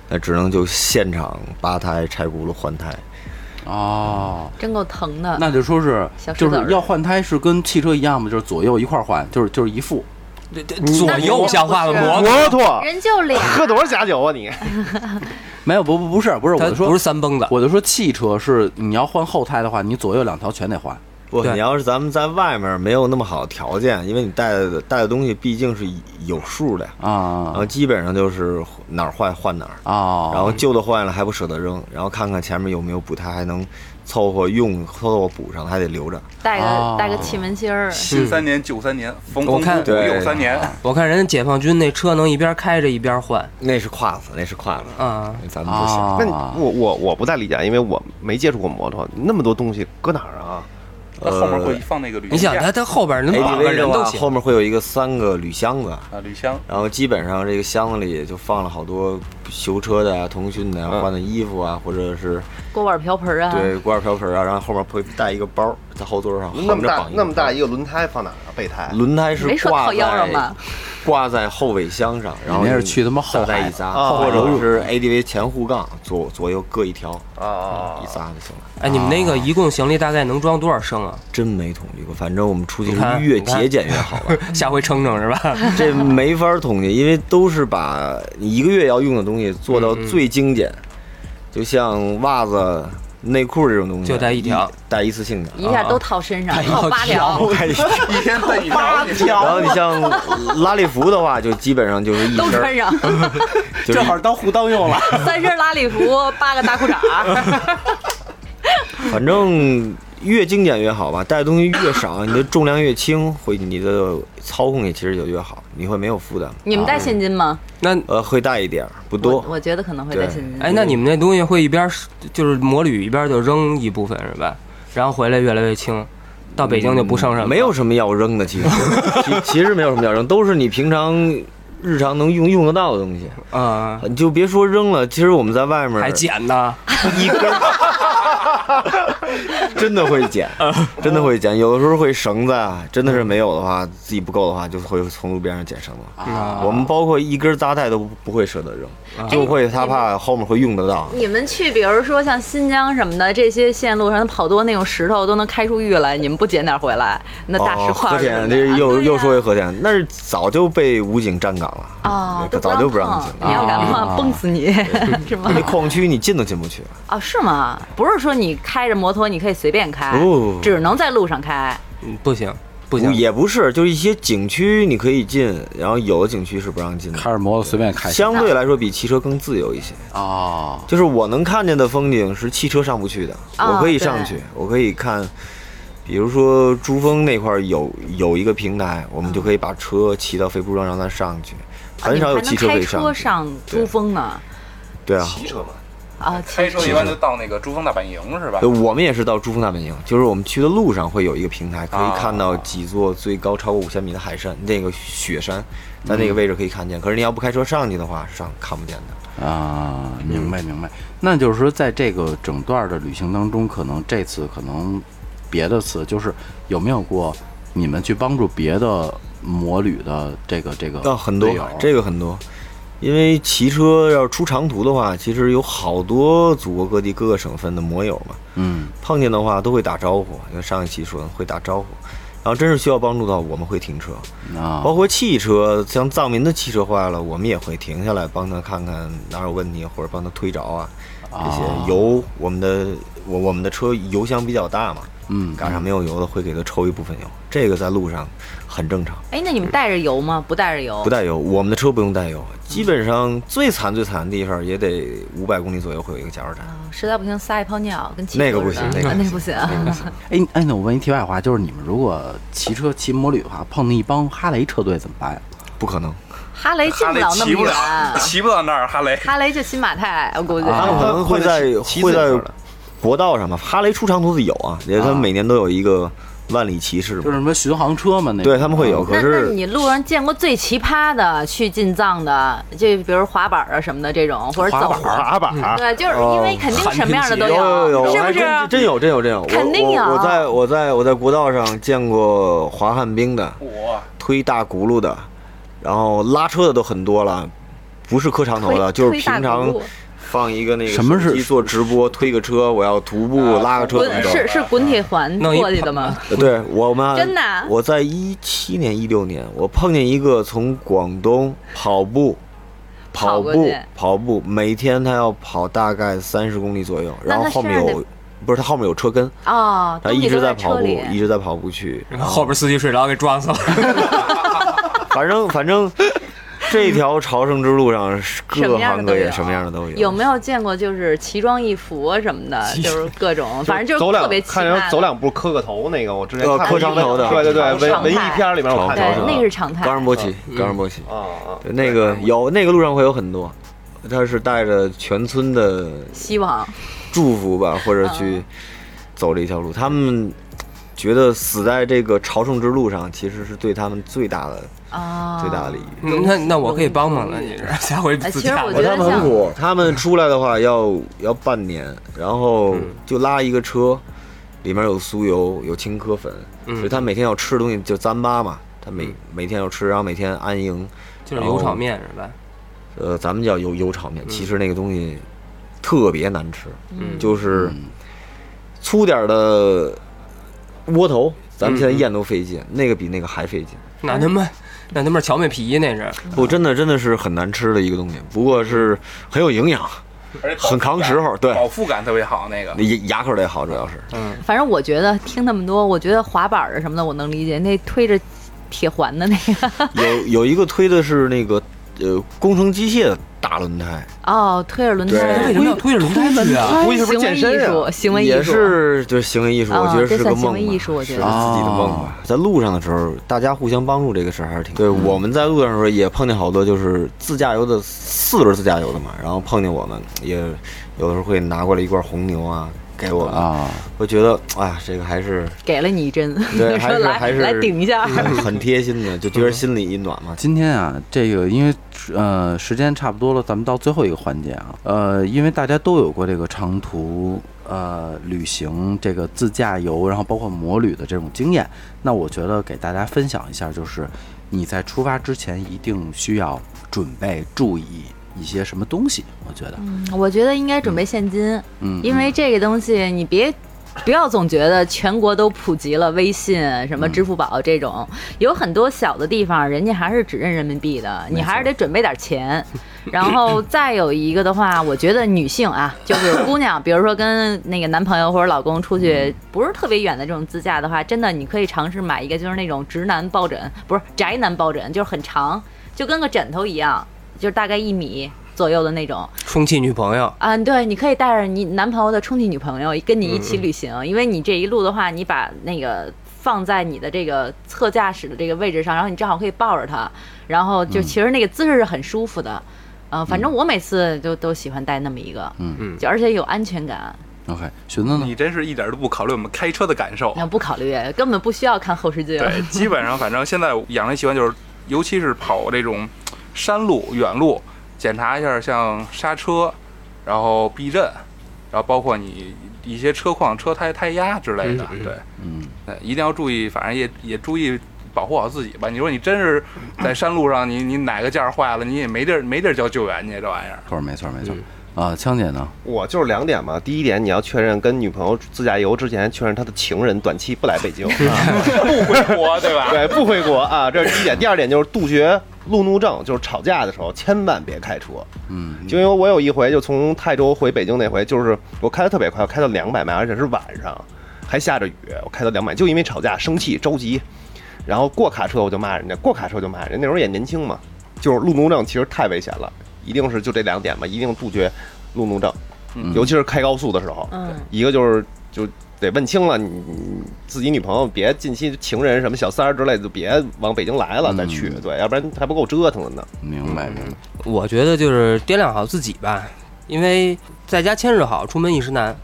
Speaker 6: 那只能就现场扒胎、拆轱辘、换胎。
Speaker 1: 哦，
Speaker 2: 真够疼的。
Speaker 1: 那就说是
Speaker 2: 小石
Speaker 1: 就
Speaker 2: 子儿
Speaker 1: 是要换胎是跟汽车一样吗？就是左右一块儿换，就是就是一副。
Speaker 5: 对对左右
Speaker 2: 那
Speaker 5: 像话吗？
Speaker 2: 不是
Speaker 5: 摩托
Speaker 4: 摩托
Speaker 2: 人就俩，
Speaker 4: 喝多少假酒啊你？
Speaker 1: 没有，不不不是不是，我
Speaker 5: 它
Speaker 1: 就说
Speaker 5: 不是三蹦子，
Speaker 1: 我就说汽车是你要换后胎的话，你左右两条全得换。
Speaker 6: 不，
Speaker 5: 对
Speaker 6: 你要是咱们在外面没有那么好的条件，因为你带的带的东西毕竟是有数的呀，然
Speaker 1: 啊
Speaker 6: 后基本上就是哪儿坏换哪儿，
Speaker 1: 啊，
Speaker 6: 然后旧的坏了还不舍得扔，然后看看前面有没有补胎，还能凑合用，凑合补上，还得留着。
Speaker 2: 带
Speaker 1: 哦
Speaker 2: 个带个气门芯儿，
Speaker 3: 新三年九三年，缝
Speaker 5: 我
Speaker 3: 缝
Speaker 5: 看
Speaker 3: 补补
Speaker 6: 对
Speaker 3: 又三年，
Speaker 5: 我看人家解放军那车能一边开着一边换
Speaker 6: 那是胯子，那是胯子，
Speaker 5: 啊。
Speaker 6: 咱们不行。
Speaker 1: 啊，
Speaker 4: 那你我我我不太理解，因为我没接触过摩托，那么多东西搁哪儿啊？
Speaker 3: 它后面会放那个铝
Speaker 5: 你想
Speaker 3: 架
Speaker 5: 他他后边能绑个
Speaker 6: ADV
Speaker 5: 人
Speaker 6: 的
Speaker 5: 都
Speaker 6: 话，
Speaker 5: 行
Speaker 6: 后面会有一个三个铝箱子，
Speaker 3: 啊铝箱，
Speaker 6: 然后基本上这个箱子里就放了好多修车的啊、通讯的啊、换的衣服啊，或者是
Speaker 2: 锅碗瓢盆啊，
Speaker 6: 对锅碗瓢盆啊，然后后面会带一个包，在后座上
Speaker 4: 那
Speaker 6: 横
Speaker 4: 么
Speaker 6: 着
Speaker 4: 大
Speaker 6: 绑一个嗯
Speaker 4: 那么大
Speaker 6: 包
Speaker 4: 一个轮胎放哪儿啊？备胎
Speaker 6: 轮胎是
Speaker 2: 没说
Speaker 6: 挂
Speaker 2: 套腰上
Speaker 6: 在
Speaker 2: 吧
Speaker 6: 挂在后尾箱上，然后
Speaker 1: 你那是去他妈后
Speaker 6: 扎
Speaker 1: 海
Speaker 6: 带一扎，
Speaker 4: 啊
Speaker 6: 或者是 ADV 前护杠左左右各一条嗯
Speaker 4: 啊
Speaker 6: 一扎就行了。
Speaker 5: 哎，你们那个一共行李大概能装多少升啊？
Speaker 6: 真没统计过，反正我们出去
Speaker 5: 你
Speaker 6: 是
Speaker 5: 看
Speaker 6: 越
Speaker 5: 你看
Speaker 6: 节俭越好玩。
Speaker 5: 下回称称是吧？
Speaker 6: 这没法儿统计，因为都是把你一个月要用的东西做
Speaker 4: 嗯
Speaker 6: 到最精简，就像袜子、内裤这种东西，
Speaker 5: 就带一条，
Speaker 6: 带一次性的。啊
Speaker 2: 一下都套身
Speaker 6: 哎
Speaker 2: 上，套八
Speaker 5: 条
Speaker 2: 条，
Speaker 3: 一天带你八条，
Speaker 6: 然后你像拉力服的话，就基本上就是一
Speaker 2: 都
Speaker 6: 身
Speaker 2: 穿
Speaker 6: 儿，
Speaker 2: 上，
Speaker 6: 就是一
Speaker 1: 当护裆用了。
Speaker 2: 三身拉力服，八个大裤 衩，
Speaker 6: 反正越精简越好吧。带的东西越少，你的重量越轻，会你的操控也其实就越好，你会没有负担。
Speaker 2: 你们带现金吗？
Speaker 5: 那
Speaker 6: 呃，会带一点儿，不
Speaker 2: 我
Speaker 6: 多。
Speaker 2: 我觉得可能会带现金。
Speaker 5: 哎，那你们那东西会一边儿就是摩旅一边儿就扔一部分是吧？然后回来越来越轻，到北京就不剩什么了。
Speaker 6: 嗯没有什么要扔的，其实其其实没有什么要扔，都是你平常日常能用用得到的东西。
Speaker 5: 啊，
Speaker 6: 你就别说扔了，其实我们在外面
Speaker 5: 还捡呢。
Speaker 6: 一根儿真的会捡，
Speaker 1: 嗯
Speaker 6: 真的会捡。有的时候会绳子啊，真的是没有的话，自己不够的话，就会从路边上捡绳子。
Speaker 1: 啊
Speaker 6: 我们包括一根扎带都不不会舍得扔，就会他怕后面会用得到。
Speaker 2: 你们去，比如说像新疆什么的这些线路上，好多那种石头都能开出玉来，你们不捡点回来？那大石
Speaker 6: 哦，
Speaker 2: 块
Speaker 6: 和
Speaker 2: 儿什么
Speaker 6: 田
Speaker 2: 的、啊
Speaker 6: 这又
Speaker 2: 对呀
Speaker 6: 又说回和田，那是早就被武警站岗了
Speaker 2: 啊，
Speaker 6: 可
Speaker 2: 都
Speaker 6: 早就不让哦
Speaker 2: 碰
Speaker 6: 进
Speaker 2: 你要敢
Speaker 1: 啊
Speaker 2: 碰，崩死 你，是吗？
Speaker 6: 那矿区你进都进不去，
Speaker 2: 啊，是吗？不是说你开着摩托你可以随便开，
Speaker 6: 不不不
Speaker 2: 只能在路上开。
Speaker 5: 嗯不行不行，
Speaker 6: 也不是，就是一些景区你可以进，然后有的景区是不让进的
Speaker 1: 开。着摩托随便开。
Speaker 6: 相对来说比骑车更自由一些，
Speaker 1: 哦，
Speaker 6: 就是我能看见的风景是汽车上不去的，
Speaker 2: 啊
Speaker 6: 我可以上去
Speaker 2: 对，
Speaker 6: 我可以看，比如说珠峰那块儿有有一个平台，我们就可以把车骑到飞瀑庄让它上去，
Speaker 2: 啊
Speaker 6: 很
Speaker 2: 你
Speaker 6: 少
Speaker 2: 们还
Speaker 6: 有汽
Speaker 2: 能
Speaker 6: 车可
Speaker 2: 开
Speaker 6: 以
Speaker 2: 车
Speaker 6: 上去。
Speaker 2: 上珠峰呢？
Speaker 6: 对啊，
Speaker 4: 骑车嘛，
Speaker 2: 啊，
Speaker 3: 开
Speaker 2: 骑
Speaker 3: 车一般就到那个珠峰大本营是吧
Speaker 6: 呃？我们也是到珠峰大本营，就是我们去的路上会有一个平台，可
Speaker 3: 啊
Speaker 6: 以看到几座最高超过五千米的海山，那个雪山，在那个位置可以看见。可是你要不开车上去的话，上看不见的。
Speaker 1: 啊，明白明白。那就是说，在这个整段的旅行当中，可能这次可能别的次，就是有没有过你们去帮助别的摩旅的这个这个
Speaker 6: 但很多
Speaker 1: 队友，
Speaker 6: 这个很多，因为骑车要是出长途的话，其实有好多祖国各地各个省份的摩友嘛，
Speaker 1: 嗯
Speaker 6: 碰见的话都会打招呼，就上一期说的会打招呼。然后真是需要帮助到，我们会停车，
Speaker 1: 啊
Speaker 6: 包括汽车，像藏民的汽车坏了，我们也会停下来帮他看看哪有问题，或者帮他推着啊。这些
Speaker 1: 啊
Speaker 6: 油，我们的我我们的车油箱比较大嘛，
Speaker 1: 嗯
Speaker 6: 赶上没有油的会给它抽一部分油，这个在路上很正常，
Speaker 2: 哎，那你们带着油吗？不带着油，
Speaker 6: 不带油，我们的车不用带油，基本上最惨最惨的地方也得五百公里左右会有一个加油站，
Speaker 2: 啊实在不行撒一泡尿，跟骑
Speaker 6: 那个
Speaker 2: 车
Speaker 6: 不
Speaker 2: 似
Speaker 6: 行
Speaker 2: 的
Speaker 6: 那个
Speaker 2: 啊
Speaker 6: 不
Speaker 2: 那不行啊。
Speaker 1: 哎哎，那我问一题外话，就是你们如果骑车骑摩旅的话，碰见一帮哈雷车队怎么办呀？
Speaker 6: 不可能，
Speaker 2: 哈雷进
Speaker 3: 哈
Speaker 2: 不
Speaker 3: 雷
Speaker 2: 了那
Speaker 3: 骑
Speaker 2: 么
Speaker 3: 不
Speaker 2: 远，
Speaker 3: 了，骑不到那儿哈雷。
Speaker 2: 哈雷就新马泰，我估计。
Speaker 1: 啊
Speaker 6: 他们可能会在
Speaker 4: 骑
Speaker 6: 会在
Speaker 4: 自行车的
Speaker 6: 国道上吧，哈雷出长途的有啊，也
Speaker 1: 啊
Speaker 6: 他们每年都有一个万里骑士嘛，
Speaker 1: 就是什么巡航车嘛，那
Speaker 6: 对他们会有，
Speaker 1: 啊
Speaker 6: 可
Speaker 2: 那那
Speaker 6: 是
Speaker 2: 你路上见过最奇葩的去进藏的，就比如滑板啊什么的这种，或者走
Speaker 4: 滑板滑板，
Speaker 2: 对，就是因为肯定什么样的都
Speaker 6: 哦有有，
Speaker 2: 是
Speaker 6: 我
Speaker 2: 不
Speaker 6: 还
Speaker 2: 是？
Speaker 6: 真真有真有真有，我
Speaker 2: 肯定有
Speaker 6: 我我在我在我在国道上见过滑旱冰的，
Speaker 3: 我
Speaker 6: 推大轱辘的，然后拉车的都很多了，不是磕长头
Speaker 2: 推
Speaker 6: 的，就是
Speaker 2: 推大轱
Speaker 6: 平常
Speaker 2: 辘
Speaker 6: 放一个那个
Speaker 1: 什么是
Speaker 6: 手机做直播，推个车，我要徒步拉个车
Speaker 2: 滚
Speaker 6: 怎么着？
Speaker 2: 是是滚铁环
Speaker 5: 弄一
Speaker 2: 过去的吗？
Speaker 6: 对我们
Speaker 2: 真的啊
Speaker 6: 我在一七年一六年，我碰见一个从广东跑步。跑
Speaker 2: 跑过
Speaker 6: 步
Speaker 2: 去，
Speaker 6: 跑步，每天他要跑大概三十公里左右，
Speaker 2: 那
Speaker 6: 然后
Speaker 2: 他
Speaker 6: 后面
Speaker 2: 身上
Speaker 6: 有，不是他后面有车跟，
Speaker 2: 哦，
Speaker 6: 他
Speaker 2: 东
Speaker 6: 一
Speaker 2: 西
Speaker 6: 直
Speaker 2: 都在
Speaker 6: 在跑
Speaker 2: 车
Speaker 6: 步，
Speaker 2: 里。
Speaker 6: 一直在跑步去，
Speaker 5: 然后后边司机睡着给 撞死了。
Speaker 6: 反正反正这条朝圣之路上是
Speaker 2: 什
Speaker 6: 各
Speaker 2: 么样
Speaker 6: 行
Speaker 2: 的都
Speaker 6: 各业
Speaker 2: 有，
Speaker 6: 什么样的都有。
Speaker 2: 有没有见过就是奇装异服啊什么的，就是各种，反正就是
Speaker 4: 走
Speaker 2: 特
Speaker 4: 两
Speaker 2: 别奇
Speaker 4: 看
Speaker 2: 葩
Speaker 4: 人
Speaker 2: 的。
Speaker 4: 走两步磕个头那个，我之前
Speaker 6: 呃
Speaker 4: 看
Speaker 6: 磕
Speaker 4: 过
Speaker 6: 长头的
Speaker 4: 对对对，文
Speaker 2: 常
Speaker 4: 文艺
Speaker 2: 态
Speaker 4: 片里面我看
Speaker 6: 常态
Speaker 4: 到
Speaker 2: 对，
Speaker 4: 的
Speaker 2: 那个是常态
Speaker 6: 啊冈。仁波齐，冈仁波齐，
Speaker 4: 啊啊，
Speaker 6: 对那个有那个路上会有很多，他是带着全村的
Speaker 2: 希望
Speaker 6: 祝福吧，或者去走这一条路。他们觉得死在这个朝圣之路上，其实是对他们最大的
Speaker 2: 啊，
Speaker 6: 最大的礼遇。
Speaker 5: 嗯那那我可以帮帮了，你这下回自驾
Speaker 2: 哎其实我
Speaker 6: 我
Speaker 2: 觉得
Speaker 6: 他们很苦，他们出来的话要要半年，然后就拉一个车，里面有酥油，有青稞粉，所以他每天要吃的东西就糌粑嘛，他每、每天要吃，然后每天安营，
Speaker 5: 就是油炒面是吧？
Speaker 6: 呃，咱们叫油油炒面，其实那个东西特别难吃，
Speaker 5: 嗯
Speaker 6: 就是粗点儿的窝头，咱
Speaker 5: 嗯
Speaker 6: 们现在咽都费劲，那个比那个还费劲。
Speaker 5: 那他妈那他妈荞麦皮那是，
Speaker 6: 不，真的真的是很难吃的一个东西，不过是很有营养，
Speaker 3: 而且
Speaker 6: 很扛时候对
Speaker 3: 饱腹感特别好那个
Speaker 5: 嗯
Speaker 6: 那。牙牙口儿得好，主要是。
Speaker 2: 反正我觉得听那么多，我觉得滑板儿什么的我能理解，那推着铁环的那个，
Speaker 6: 有有一个推的是那个呃工程机械的大轮胎，
Speaker 2: 哦，推着轮
Speaker 5: 他为
Speaker 2: 胎
Speaker 5: 什，么要推着轮胎去啊？
Speaker 4: 估计是不是
Speaker 2: 行为
Speaker 4: 健身
Speaker 2: 艺
Speaker 4: 啊
Speaker 2: 术，行为艺
Speaker 6: 也
Speaker 2: 术，
Speaker 6: 是就是行为艺术，
Speaker 2: 啊
Speaker 6: 我觉得
Speaker 2: 这
Speaker 6: 是个
Speaker 2: 算
Speaker 6: 梦
Speaker 2: 行
Speaker 6: 吧，
Speaker 2: 为艺术我觉得
Speaker 6: 是自己的梦吧。在路上的时候，大家互相帮助，这个事儿还是挺哦嗯对。我们在路上的时候也碰见好多就是自驾游的四轮自驾游的嘛，然后碰见我们也有的时候会拿过来一罐红牛啊，给我的，
Speaker 1: 啊，
Speaker 6: 我觉得哎呀，这个还 是
Speaker 2: 给了你一针，
Speaker 6: 对，还
Speaker 2: 说
Speaker 6: 是
Speaker 2: 来
Speaker 6: 还是
Speaker 2: 来顶一下。
Speaker 6: 很 很贴心的，就觉得心里一暖嘛。
Speaker 1: 今天啊，这个因为呃时间差不多了，咱们到最后一个环节啊，呃，因为大家都有过这个长途呃旅行、这个自驾游，然后包括摩旅的这种经验，那我觉得给大家分享一下，就是你在出发之前一定需要准备注意一些什么东西，我觉得，
Speaker 2: 我觉得应该准备现金，
Speaker 1: 嗯，
Speaker 2: 因为这个东西你别。不要总觉得全国都普及了微信、什
Speaker 1: 嗯
Speaker 2: 么支付宝这种，有很多小的地方，人家还是只认人民币的，你还是得准备点钱。然 后再有一个的话，我觉得女性啊，就是姑娘，比如说跟那个男朋友或者老公
Speaker 1: 嗯
Speaker 2: 出去不是特别远的这种自驾的话，真的你可以尝试买一个，就是那种直男抱枕，不是宅男抱枕，就是很长，就跟个枕头一样，就是大概一米左右的那种。
Speaker 5: 充气女朋友，
Speaker 2: 啊，对，你可以带着你男朋友的充气女朋友跟你一
Speaker 6: 嗯
Speaker 2: 起旅行，因为你这一路的话，你把那个放在你的这个侧驾驶的这个位置上，然后你正好可以抱着他，然后
Speaker 6: 嗯
Speaker 2: 就其实那个姿势是很舒服的。啊，反正我每次就都喜欢带那么一个，
Speaker 1: 嗯
Speaker 5: 嗯
Speaker 2: 就而且有安全感，
Speaker 1: OK，寻思呢
Speaker 3: 你，真是一点都不考虑我们开车的感受。
Speaker 2: 那不考虑，根本不需要看后视镜。
Speaker 3: 对，基本上反正现在养成习惯就是，尤其是跑这种山路、远路，检查一下像刹车，然后避震，然后包括你一些车况、车胎、胎压之类的
Speaker 5: 嗯嗯。
Speaker 3: 对，
Speaker 1: 嗯。
Speaker 3: 呃一定要注意，反正也也注意保护好自己吧。你说你真是在山路上，你你哪个件儿坏了，你也没地儿没地儿叫救援去，这玩 意儿。
Speaker 1: 错，没错，没错。啊，枪姐呢？
Speaker 4: 我就是两点嘛，第一点你要确认跟女朋友自驾游之前，确认她的情人短期不来北 京，啊、
Speaker 3: 不回国，对吧？
Speaker 4: 对，不回国啊，这是第一点。第二点就是杜绝路怒症，就是吵架的时候千万别开车，
Speaker 1: 嗯，
Speaker 4: 就因为我有一回就从泰州回北京那回，就是我开的特别快，我开到两百迈，而且是晚上，还下着雨，我开到两百，就因为吵架生气着急，然后过卡车我就骂人家，过卡车我就骂人家，那时候也年轻嘛，就是路怒症其实太危险了，一定是就这两点吧，一定杜绝路怒症，
Speaker 3: 嗯
Speaker 4: 尤其是开高速的时候，
Speaker 2: 嗯，
Speaker 4: 一个就是就得问清了，你你自己女朋友别近期情人什么小三儿之类的，就别往北京来了再去，
Speaker 1: 嗯
Speaker 4: 对，要不然还不够折腾的呢。
Speaker 1: 明白，明白。
Speaker 5: 我觉得就是掂量好自己吧，因为在家千日好，出门一时难。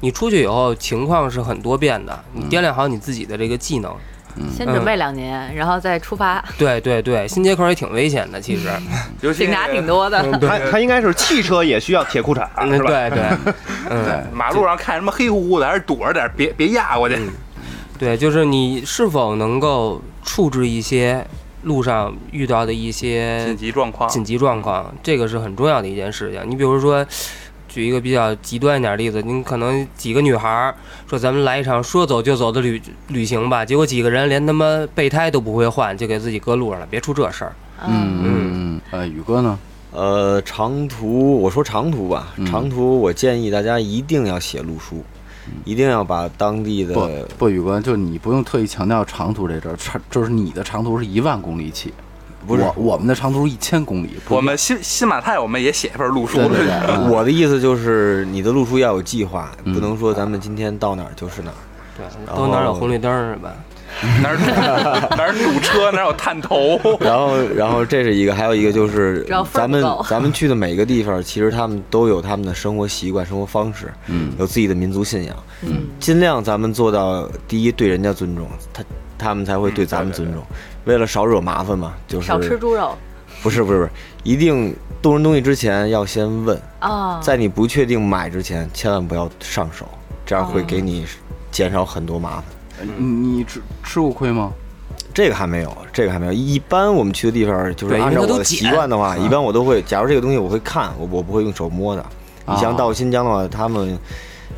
Speaker 5: 你出去以后情况是很多变的，你掂量好你自己的这个技能。
Speaker 6: 嗯
Speaker 2: 先准
Speaker 3: 嗯
Speaker 2: 备两年，然后再出发，
Speaker 5: 对对对，新街口也挺危险的，其实。
Speaker 3: 尤其
Speaker 2: 警察挺多
Speaker 3: 嗯
Speaker 2: 的。
Speaker 4: 他他应该是汽车也需要铁裤衩，
Speaker 5: 嗯，
Speaker 4: 是吧？
Speaker 5: 对对，嗯，
Speaker 3: 马路上看什么黑乎乎的，还是躲着点，别别压过去。
Speaker 5: 对，就是你是否能够处置一些路上遇到的一些
Speaker 3: 紧急状况，
Speaker 5: 紧急状况，这个是很重要的一件事情。你比如说，举一个比较极端一点的例子，你可能几个女孩儿说咱们来一场说走就走的旅旅行吧，结果几个人连他妈备胎都不会换，就给自己搁路上了，别出这事儿。
Speaker 1: 嗯嗯嗯。呃，宇哥呢？
Speaker 6: 呃，长途，我说长途吧，长途我建议大家一定要写路书，一定要把当地
Speaker 1: 不
Speaker 6: 的
Speaker 1: 不，宇哥，就你不用特意强调长途这阵儿，长就是你的长途是一万公里起，
Speaker 6: 不是
Speaker 1: 我我们的长途是一千公里。不
Speaker 3: 我们新新马泰，我们也写一份路书。
Speaker 6: 对对对，我的意思就是你的路书要有计划，不能说咱们今天到哪儿就是哪儿。
Speaker 5: 对，
Speaker 6: 然后
Speaker 5: 都哪儿有红绿灯儿是吧？
Speaker 3: 哪儿堵哪儿堵车，哪儿有探头。
Speaker 6: 然后，然后这是一个，还有一个就是
Speaker 2: 只要分儿
Speaker 6: 咱
Speaker 2: 不
Speaker 6: 们
Speaker 2: 够
Speaker 6: 咱们去的每个地方，其实他们都有他们的生活习惯、生活方式，
Speaker 1: 嗯
Speaker 6: 有自己的民族信仰。
Speaker 2: 嗯，
Speaker 6: 尽量咱们做到第一对人家尊重，他他们才会对咱们尊重。为了少惹麻烦嘛，就是
Speaker 2: 少吃猪肉
Speaker 6: 不是不是不是，一定动人东西之前要先问，
Speaker 2: 啊，
Speaker 6: 在你不确定买之前，千万不要上手，这样
Speaker 2: 嗯
Speaker 6: 会给你减少很多麻烦。
Speaker 1: 你你吃吃过亏吗？
Speaker 6: 这个还没有，这个还没有。一般我们去的地方，就是
Speaker 5: 对
Speaker 6: 按
Speaker 5: 因
Speaker 6: 照
Speaker 5: 为它
Speaker 6: 我
Speaker 5: 都
Speaker 6: 的
Speaker 5: 剪嗯
Speaker 6: 习惯的话，一般我都会。假如这个东西我会看，我我不会用手摸的。
Speaker 5: 啊
Speaker 6: 你像到新疆的话，他们，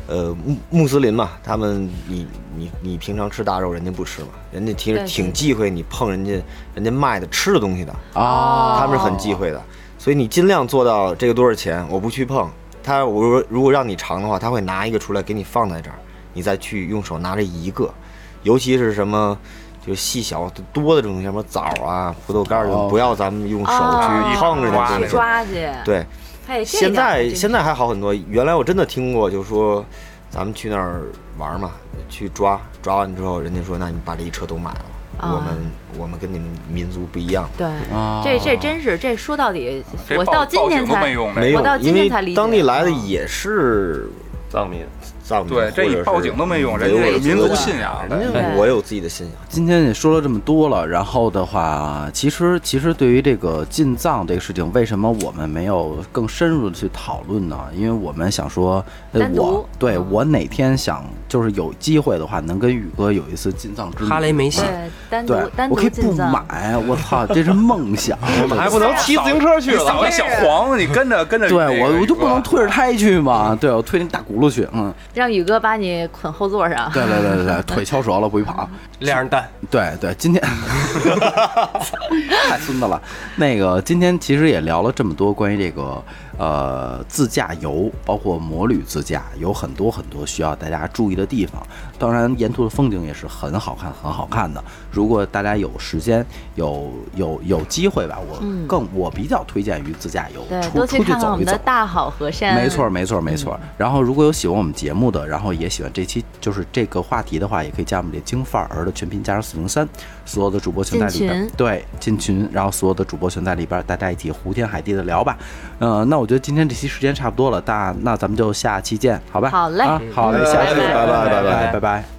Speaker 6: 呃，穆穆斯林嘛，他们你你你平常吃大肉，人家不吃嘛，人家其实
Speaker 2: 对
Speaker 6: 挺忌讳你碰人家人家卖的吃的东西的，
Speaker 2: 哦
Speaker 1: 啊，
Speaker 6: 他们是很忌讳的。所以你尽量做到这个多少钱，我不去碰。他我如果如果让你尝的话，他会拿一个出来给你放在这儿，你再去用手拿着一个，尤其是什么。就是细小多的这种什么枣啊、葡萄干儿，
Speaker 1: 哦
Speaker 6: 就不要咱们用手
Speaker 2: 啊
Speaker 6: 去碰着
Speaker 3: 抓
Speaker 6: 它
Speaker 3: 那
Speaker 6: 这
Speaker 2: 去
Speaker 3: 种
Speaker 6: 种。
Speaker 2: 抓去。
Speaker 6: 对，
Speaker 2: 嘿，这
Speaker 6: 现
Speaker 2: 个还
Speaker 6: 在
Speaker 2: 真
Speaker 6: 现在还好很多。原来我真的听过，就是说咱们去那儿玩儿嘛，去抓抓完之后，人家说那你把这一车都买了。
Speaker 2: 啊
Speaker 6: 我们我们跟你们民族不一样，
Speaker 2: 对，
Speaker 1: 啊
Speaker 2: 这这真是这说到底，
Speaker 3: 这
Speaker 2: 我
Speaker 3: 报
Speaker 2: 到今
Speaker 3: 报
Speaker 2: 天
Speaker 3: 警都
Speaker 2: 才嗯
Speaker 3: 没用，
Speaker 6: 没
Speaker 2: 我到
Speaker 6: 有，
Speaker 2: 今
Speaker 6: 因
Speaker 2: 天
Speaker 6: 为
Speaker 2: 才理解
Speaker 6: 当地来的也是
Speaker 4: 藏民，
Speaker 6: 藏民，
Speaker 3: 对这一
Speaker 6: 或者是
Speaker 3: 报警都没用
Speaker 6: 维
Speaker 3: 人
Speaker 6: 吾
Speaker 3: 家
Speaker 6: 尔
Speaker 3: 有
Speaker 6: 族
Speaker 3: 民族
Speaker 6: 的
Speaker 3: 信仰
Speaker 6: 人家
Speaker 2: 对
Speaker 6: 我有自己的信仰。
Speaker 1: 今天也说了这么多了，然后的话，其实其实对于这个进藏这个事情，为什么我们没有更深入的去讨论呢？因为我们想说，呃
Speaker 2: 单，独
Speaker 1: 我对
Speaker 2: 嗯
Speaker 1: 我哪天想就是有机会的话，能跟宇哥有一次进藏之旅。
Speaker 5: 哈雷梅西
Speaker 2: 对，单独
Speaker 1: 对，
Speaker 2: 单
Speaker 1: 我
Speaker 2: 独
Speaker 1: 可以不
Speaker 2: 进藏，
Speaker 1: 买，我操，这是梦想。
Speaker 4: 我们还不能骑自行车去
Speaker 3: 你
Speaker 4: 了。
Speaker 3: 扫一小黄，你跟着跟着那个
Speaker 1: 对
Speaker 3: 宇嗯哥，
Speaker 1: 我我就不能推着胎去嘛？对，我推那大轱辘去，嗯，
Speaker 2: 让宇哥把你捆后座上。
Speaker 1: 对对对对对，腿敲折了不许跑。
Speaker 5: 亮着蛋，
Speaker 1: 对对，今天 太孙子了。那个今天其实也聊了这么多关于这个呃自驾游，包括摩旅自驾，有很多很多需要大家注意的地方。当然，沿途的风景也是很好看，很好看的。如果大家有时间，有有有机会吧，我
Speaker 2: 嗯
Speaker 1: 更、我比较推荐于自驾游，
Speaker 2: 对，
Speaker 1: 出
Speaker 2: 多去
Speaker 1: 出去
Speaker 2: 看看我
Speaker 1: 走一
Speaker 2: 们的
Speaker 1: 走。
Speaker 2: 大好河山。
Speaker 1: 没错，，没错，
Speaker 2: 嗯
Speaker 1: 没错。然后，如果有喜欢我们节目的，然后也喜欢这期就是这个话题的话，也可以加我们这京范儿的全拼加上四零三，所有的主播全在里边
Speaker 2: 进
Speaker 1: 儿
Speaker 2: 群，
Speaker 1: 对，进群，然后所有的主播全在里边儿，大家一起胡天海地的聊吧。呃，那我觉得今天这期时间差不多了，那那咱们就下期见，好吧？
Speaker 2: 好嘞
Speaker 1: 啊好嘞，
Speaker 6: 嗯
Speaker 1: 下期
Speaker 6: 拜拜拜拜
Speaker 1: 拜拜。